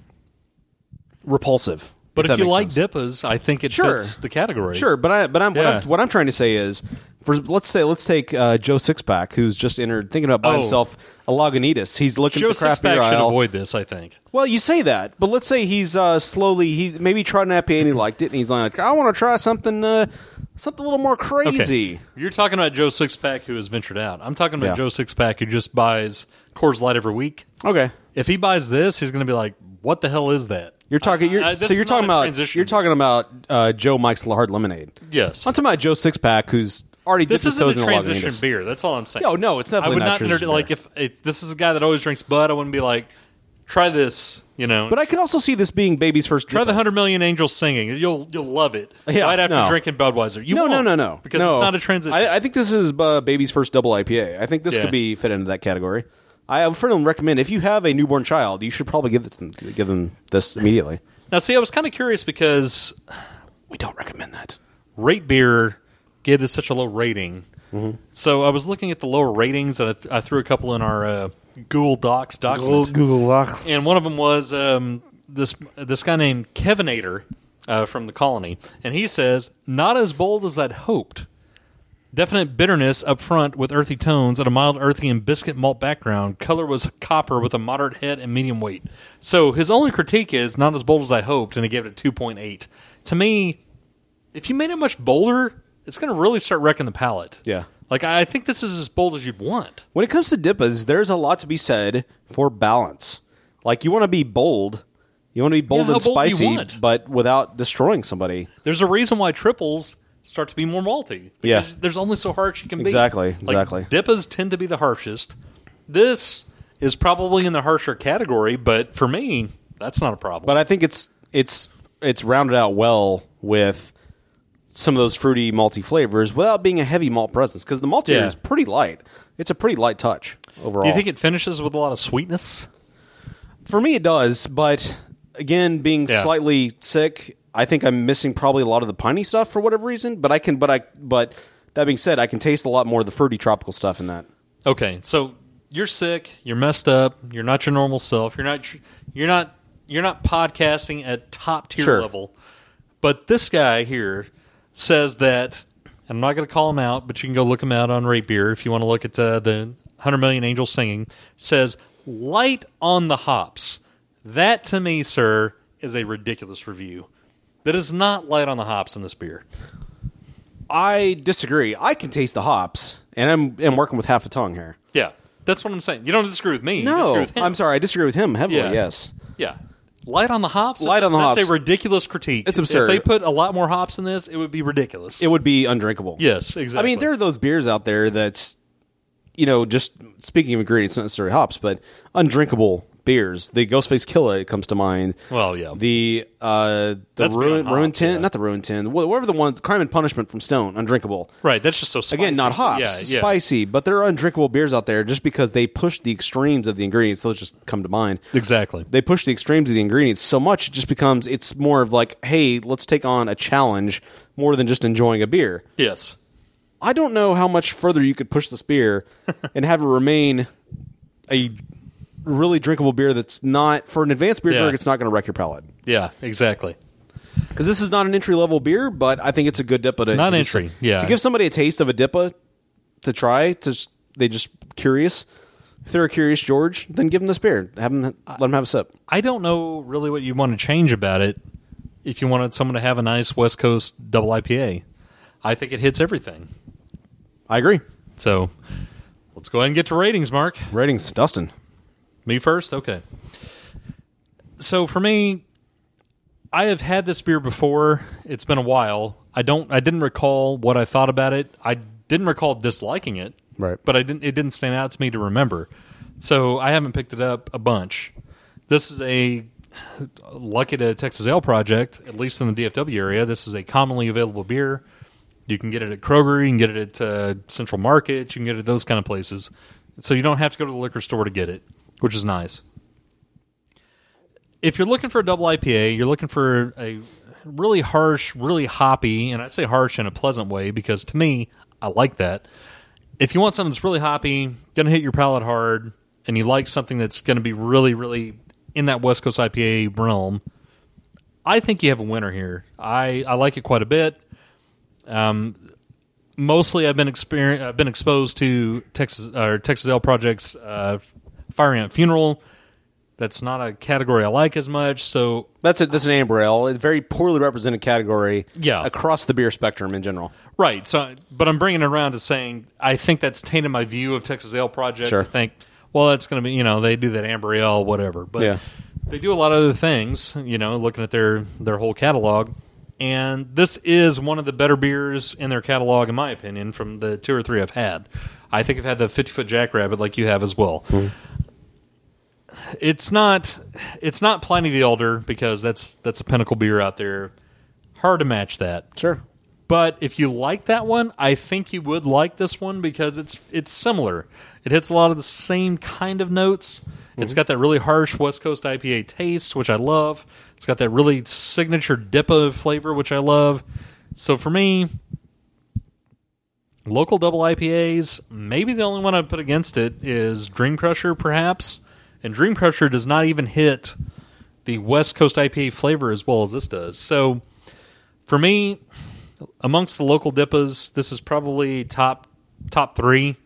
repulsive. But if, that you makes like sense. dippas, I think it Sure. fits the category. Sure, but I but I'm, what, Yeah. I'm what I'm trying to say is, for let's say let's take uh, Joe Sixpack, who's just entered thinking about buying Oh. himself a Lagunitas. He's looking Joe at the craft Sixpack beer should aisle. avoid this. I think. Well, you say that, but let's say he's uh, slowly he's maybe tried an IPA and he liked it, and he's like, I want to try something uh, something a little more crazy. You're talking about Joe Sixpack who has ventured out. I'm talking about Yeah. Joe Sixpack who just buys Coors Light every week. Okay, If he buys this, he's going to be like, "What the hell is that?" you're talking. You're, Uh, this so you're is not talking a about transition. you're talking about uh, Joe Mike's Hard Lemonade. Yes. I'm talking about Joe Sixpack, who's already this dipped his isn't a toes in a transition Lagunitas. beer. That's all I'm saying. No, no, it's I definitely would not not, transition enter- like if it's, this is a guy that always drinks Bud. I wouldn't be like, "Try this," you know. But I could also see this being baby's first. Try drink. the hundred million angels singing. You'll you'll love it. Yeah, right after no. drinking Budweiser. You no, won't, no, no, no, because No. it's not a transition. I, I think this is uh, baby's first double IPA. I think this Yeah. could be fit into that category. I would firmly recommend if you have a newborn child, you should probably give it to them, give them this immediately. Now, see, I was kind of curious because We don't recommend that. Rate Beer gave this such a low rating. So I was looking at the lower ratings, and I, th- I threw a couple in our uh, Google Docs document. Google Docs. and one of them was um, this this guy named Kevinator uh, from the colony, and he says not as bold as I'd hoped. Definite bitterness up front with earthy tones and a mild earthy and biscuit malt background. Color was copper with a moderate head and medium weight. So his only critique is not as bold as I hoped, and he gave it a two point eight. To me, if you made it much bolder, it's going to really start wrecking the palate. Yeah. like I think this is as bold as you'd want. When it comes to dippas, there's a lot to be said for balance. Like you want to be bold, you want to be bold Yeah, and how bold do you spicy, want? but without destroying somebody. There's a reason why triples start to be more malty. Yeah. Because There's only so harsh you can be. Exactly, Like, exactly. Dippas tend to be the harshest. This is probably in the harsher category, but for me, that's not a problem. But I think it's it's it's rounded out well with some of those fruity malty flavors without being a heavy malt presence because the malt here Yeah. is pretty light. It's a pretty light touch overall. Do you think it finishes with a lot of sweetness? For me, it does, but again, being Yeah. slightly sick, I think I'm missing probably a lot of the piney stuff for whatever reason. But I can, but I, but that being said, I can taste a lot more of the fruity tropical stuff in that. Okay, so you're sick, you're messed up, you're not your normal self, you're not you're not you're not podcasting at top tier Sure. level. But this guy here says that and I'm not going to call him out, but you can go look him out on Rate Beer if you want to look at uh, the 100 Million Angels Singing. Says light on the hops. That to me, sir, is a ridiculous review. That is not light on the hops in this beer. I disagree. I can taste the hops, and I'm I'm working with half a tongue here. Yeah, that's what I'm saying. You don't disagree with me. you disagree No, with him. I'm sorry. I disagree with him heavily. Yeah. Yes. Yeah. Light on the hops. Light that's- on the that's hops. a ridiculous critique. It's absurd. If they put a lot more hops in this, it would be ridiculous. it would be undrinkable. yes, I exactly. mean, there are those beers out there that's, you know, just speaking of ingredients, not necessarily hops, but undrinkable beers. The Ghostface Killer comes to mind. Well, yeah. The uh, the That's beyond ruin, hop, ruin ten, yeah. not the ruin ten, wha- whatever the one, Crime and Punishment from Stone, undrinkable. right. That's just so spicy. Again, not hops, Yeah, yeah. spicy, but there are undrinkable beers out there just because they push the extremes of the ingredients. Those just come to mind Exactly. they push the extremes of the ingredients so much it just becomes it's more of like hey let's take on a challenge more than just enjoying a beer Yes. I don't know how much further you could push the <laughs> spear and have it remain a really drinkable beer that's not for an advanced beer Yeah. drinker. It's not going to wreck your palate Yeah, exactly. because this is not an entry level beer, but I think it's a good dippa. To Not introduce- entry, yeah. to give somebody a taste of a dippa to try. To s- they just curious. If they're a curious George, then give them this beer. Have them let them have a sip. I don't know really what you want to change about it. If you wanted someone to have a nice West Coast double IPA, I think it hits everything. I agree. So let's go ahead and get to ratings, Mark. Ratings, Dustin. Me first? Okay. So for me, I have had this beer before. It's been a while. I don't I didn't recall what I thought about it. I didn't recall disliking it. Right. But I didn't it didn't stand out to me to remember. So I haven't picked it up a bunch. This is a lucky to Texas Ale Project, at least in the DFW area. This is a commonly available beer. You can get it at Kroger, you can get it at uh, Central Market, you can get it at those kind of places. So you don't have to go to the liquor store to get it, which is nice. If you're looking for a double IPA, you're looking for a really harsh, really hoppy, and I say harsh in a pleasant way because to me, I like that. If you want something that's really hoppy, gonna hit your palate hard, and you like something that's gonna be really, really in that West Coast IPA realm, I think you have a winner here. I, I like it quite a bit Um, mostly I've been exper- I've been exposed to Texas or Texas L Project's uh, firing at funeral. That's not a category I like as much. So That's it. That's an amber ale. It's a very poorly represented category. Yeah. across the beer spectrum in general. right. So but I'm bringing it around to saying I think that's tainted my view of Texas Ale Project. Sure. To think well that's going to be you know they do that amber ale whatever, but Yeah. they do a lot of other things. You know, looking at their their whole catalog. And this is one of the better beers in their catalog, in my opinion, from the two or three I've had. I think I've had the 50 foot jackrabbit like you have as well. Mm-hmm. it's not it's not Pliny the Elder because that's that's a pinnacle beer out there. Hard to match that. Sure. But if you like that one, I think you would like this one because it's it's similar. It hits a lot of the same kind of notes. It's got that really harsh West Coast IPA taste, which I love. It's got that really signature DIPA flavor, which I love. So for me, local double IPAs, maybe the only one I'd put against it is Dream Crusher, perhaps. And Dream Crusher does not even hit the West Coast IPA flavor as well as this does. So for me, amongst the local dippas, this is probably top top three,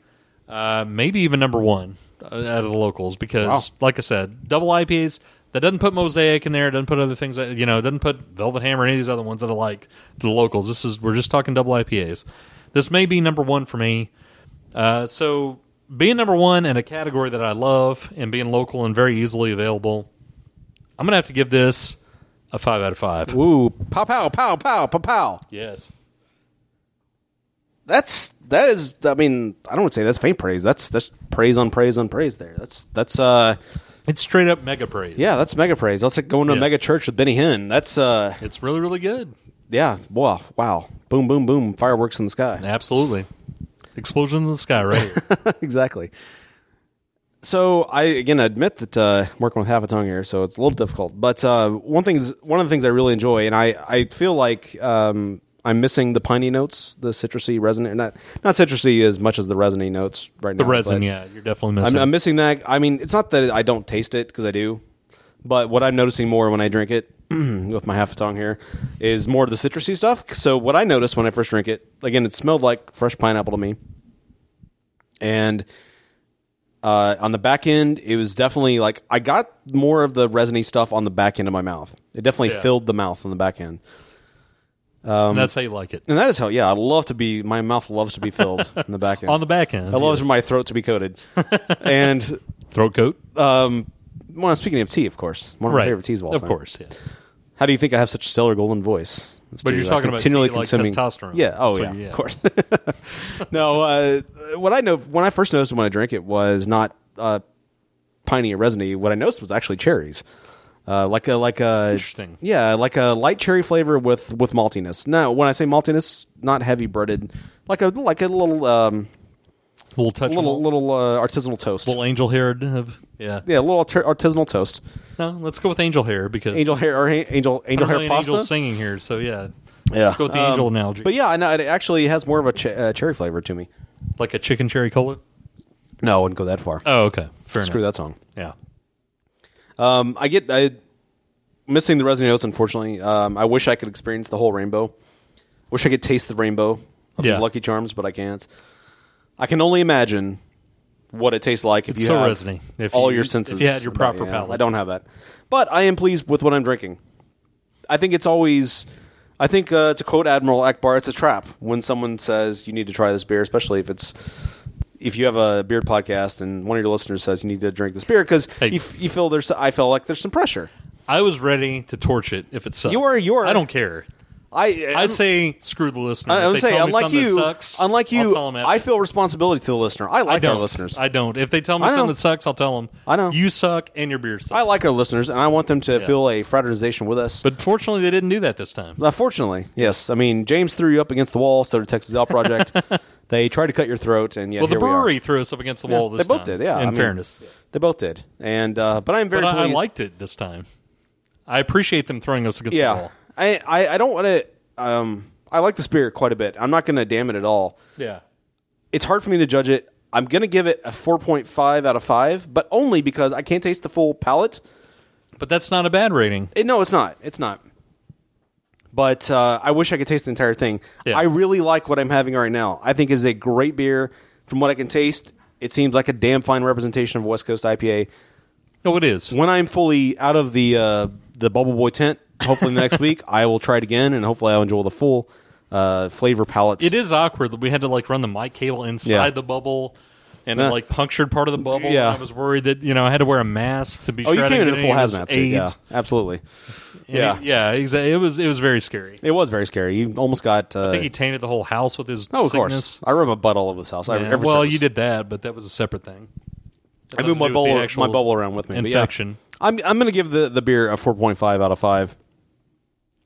uh, maybe even number one uh, out of the locals because, like I said, double IPAs. That doesn't put mosaic in there. It doesn't put other things. That, you know, it doesn't put velvet hammer or any of these other ones that I like. The locals. This is we're just talking double IPAs. This may be number one for me. Uh, so being number one in a category that I love and being local and very easily available, I'm gonna have to give this a five out of five. Ooh, pow pow pow pow pow pow. Yes. That's that is. I mean, I don't want to say that's faint praise. That's that's praise on praise on praise. There. That's that's uh It's straight up mega praise. yeah. That's mega praise. That's like going to a Yes. mega church with Benny Hinn. That's uh It's really, really good. yeah. Wow wow. Boom boom boom. Fireworks in the sky. Absolutely. Explosion in the sky right <laughs> here. exactly. So I again admit that uh, I'm working with half a tongue here, so it's a little difficult. But uh, one things, one of the things I really enjoy, and I, I feel like um, I'm missing the piney notes, the citrusy, resonant, not not citrusy as much as the resiny notes right the now. resin, but yeah, you're definitely I'm, missing. I'm missing that. I mean, it's not that I don't taste it because I do, but what I'm noticing more when I drink it <clears throat> with my half a tongue here is more of the citrusy stuff. So what I noticed when I first drank it, again, it smelled like fresh pineapple to me, and uh, on the back end, it was definitely like I got more of the resiny stuff on the back end of my mouth. It definitely Yeah. filled the mouth on the back end. and that's how <laughs> you like it. And that is how, yeah, I love to be, my mouth loves to be <laughs> filled on the back end. On the back end. I love yes. my throat to be <laughs> coated. and throat coat. Well, speaking of tea, of course, one of right. my favorite teas of all Of time. course, yeah. How do you think I have such a stellar golden voice? It's But due you're to talking about continually tea, like consuming testosterone. Yeah. Oh, That's yeah, what you- yeah. Of course. <laughs> no. Uh, what I know when I first noticed when I drank it was not uh, piney or resiny. What I noticed was actually cherries. Uh, like a like a Interesting. yeah, like a light cherry flavor with with maltiness. Now, when I say maltiness, not heavy breaded, like a like a little um, Little touch. little Little, little, little uh, artisanal toast. angel hair. Of, yeah. yeah, a little arti- artisanal toast. No, let's go with angel hair because Angel hair or ha- angel I angel don't hair really an pasta. angel singing here, so yeah. Yeah. Let's go with the Um, angel analogy. But yeah, I know it actually has more of a ch- uh, cherry flavor to me. like a chicken cherry cola. No, I wouldn't go that far. Oh, okay. Fair Screw enough. that song. Yeah. Um, I get I missing the resin notes. Unfortunately, um, I wish I could experience the whole rainbow. Wish I could taste the rainbow of Yeah. these Lucky Charms, but I can't. I can only imagine what it tastes like if It's you so have resiny, if all you- your if senses. you had your But, proper yeah, palate. I don't have that, but I am pleased with what I'm drinking. I think it's always. I think uh, to quote Admiral Akbar, it's a trap when someone says you need to try this beer, especially if it's if you have a beer podcast and one of your listeners says you need to drink this beer because Hey. you, f- you feel there's I felt like there's some pressure. I was ready to torch it if it sucked. You are- you are- I don't care. I I'd say screw the listener. I, I If would they say tell me unlike something that you, sucks, unlike I'll you, tell 'em after. I feel responsibility to the listener. I I like don't. our listeners. I don't. If they tell me I know. something that sucks, I'll tell them. I know. you suck and your beer sucks. I like our listeners, and I want them to Yeah. feel a fraternization with us. But fortunately, they didn't do that this time. Uh, fortunately, yes. I mean, James threw you up against the wall. So did Texas Out <laughs> Project. they tried to cut your throat, and yet Well, the here we are. brewery threw us up against the wall they this both time, did. Yeah, In I mean, fairness, they both did. And uh, but I'm very but I, I pleased. liked it this time. I appreciate them throwing us against the yeah, wall. I I, I don't want to. Um, I like the spirit quite a bit. I'm not going to damn it at all. Yeah. it's hard for me to judge it. I'm going to give it a 4.5 out of 5, but only because I can't taste the full palate. But that's not a bad rating. Eh, no, it's not. It's not. But uh, I wish I could taste the entire thing. Yeah. I really like what I'm having right now. I think it is a great beer. From what I can taste, it seems like a damn fine representation of West Coast IPA. No, it is. When I'm fully out of the uh, the Bubble Boy tent, hopefully <laughs> next week, I will try it again, and hopefully I'll enjoy the full uh, flavor palette. It is awkward that we had to like run the mic cable inside Yeah. the bubble, and Nah. it like punctured part of the bubble. Yeah. and I was worried that you know I had to wear a mask to be. Oh, sure you I came in didn't a get full any of this hazmat suit. Yeah, AIDS. absolutely. And Yeah. he- yeah, exactly. It was it was very scary. It was very scary. You almost got. Uh, I think he tainted the whole house with his. oh, of sickness. course. I rubbed my butt all over this house. I, Yeah, every well, service. you did that, but that was a separate thing. I moved my Nothing to do with the bubble, actual my bubble around with me. but yeah. Infection. I'm I'm going to give the, the beer a 4.5 out of five.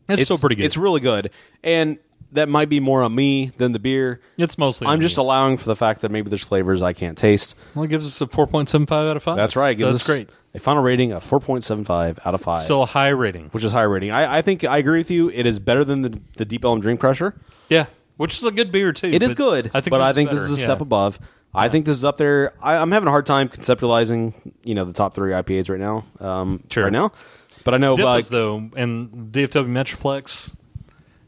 It's, still pretty good. It's really good, and that might be more on me than the beer. It's mostly. I'm just A, allowing for the fact that maybe there's flavors I can't taste. well, it gives us a 4.75 out of five. That's right. It So gives that's us great. A final rating of 4.75 out of five, Still a high rating. which is high rating. I, I think I agree with you. It is better than the the Deep Elm Dream Crusher. Yeah, which is a good beer too. It is but good, I think but this I is think this better. is a Yeah. step above. I think this is up there. I, I'm having a hard time conceptualizing, you know, the top three IPAs right now. Um, Sure. Right now, but I know, like, Dippas though, and DFW Metroplex.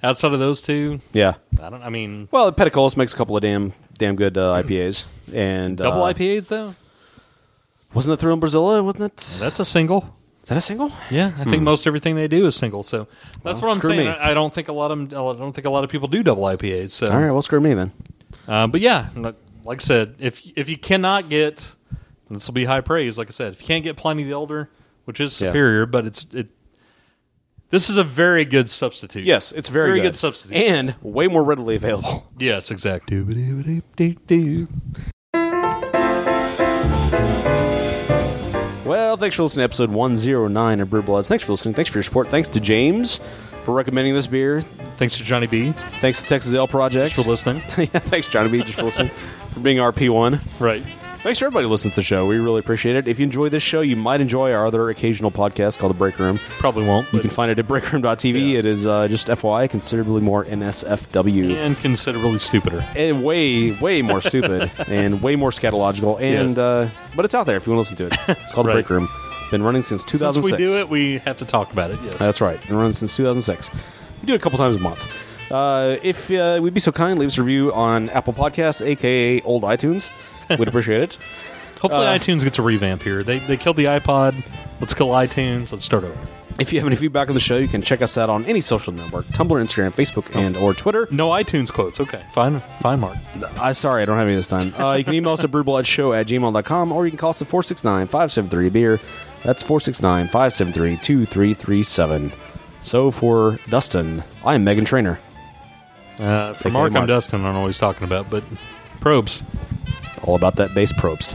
Outside of those two, yeah. I don't. I mean, Well, Petacolis makes a couple of damn damn good uh, IPAs, and double uh, IPAs though. Wasn't it Thrill in Brazilla? Wasn't it? Is That's a single. that a single? Yeah, I think most everything they do is single. So that's Hmm. Well, what I'm screw saying. me. I I don't think a lot of them, I don't think a lot of people do double IPAs. So, All right, well, screw me then. uh, but yeah, like- like I said, if if you cannot get this will be high praise. Like I said, if you can't get Pliny the Elder, which is Yeah. superior, but it's it. This is a very good substitute. Yes, it's very, Very good. good substitute. and way more readily available. Yes, exactly. Well, thanks for listening to episode 109 of Brew Bloods. Thanks for listening. Thanks for your support. Thanks to James for recommending this beer. Thanks to Johnny B Thanks to Texas Ale Project. for listening. <laughs> yeah, thanks, Johnny B, just for listening, for being our P1. right. Thanks to everybody who listens to the show. We really appreciate it. If you enjoy this show, you might enjoy our other occasional podcast called The Break Room. Probably won't. You But, can find it at breakroom.tv. Yeah. It is uh, just FYI, considerably more NSFW. and considerably stupider. And way, way <laughs> more stupid and way more scatological. And Yes. uh, But it's out there if you want to listen to it. It's called The Right. Break Room. Been running since Since 2006. we do it, we have to talk about it. Yes. That's right. Been running since 2006. We do it a couple times a month. Uh, if uh, we'd be so kind, leave us a review on Apple Podcasts, aka old iTunes. We'd appreciate it. Hopefully, iTunes gets a revamp here. They they killed the iPod. Let's kill iTunes. Let's start over. If you have any feedback on the show, you can check us out on any social network: Tumblr, Instagram, Facebook, and or Twitter. No iTunes quotes. Okay, fine, fine, Mark. I sorry, I don't have any this time. Uh, you can email us at brewbloodshow at gmail.com or you can call us at 469-573-BEER. That's 469-573-2337. So for Dustin, I am Megan Trainer. Uh, for Okay, Mark, Mark. I'm Dustin. I don't know what he's talking about, but probes. All about that bass probst.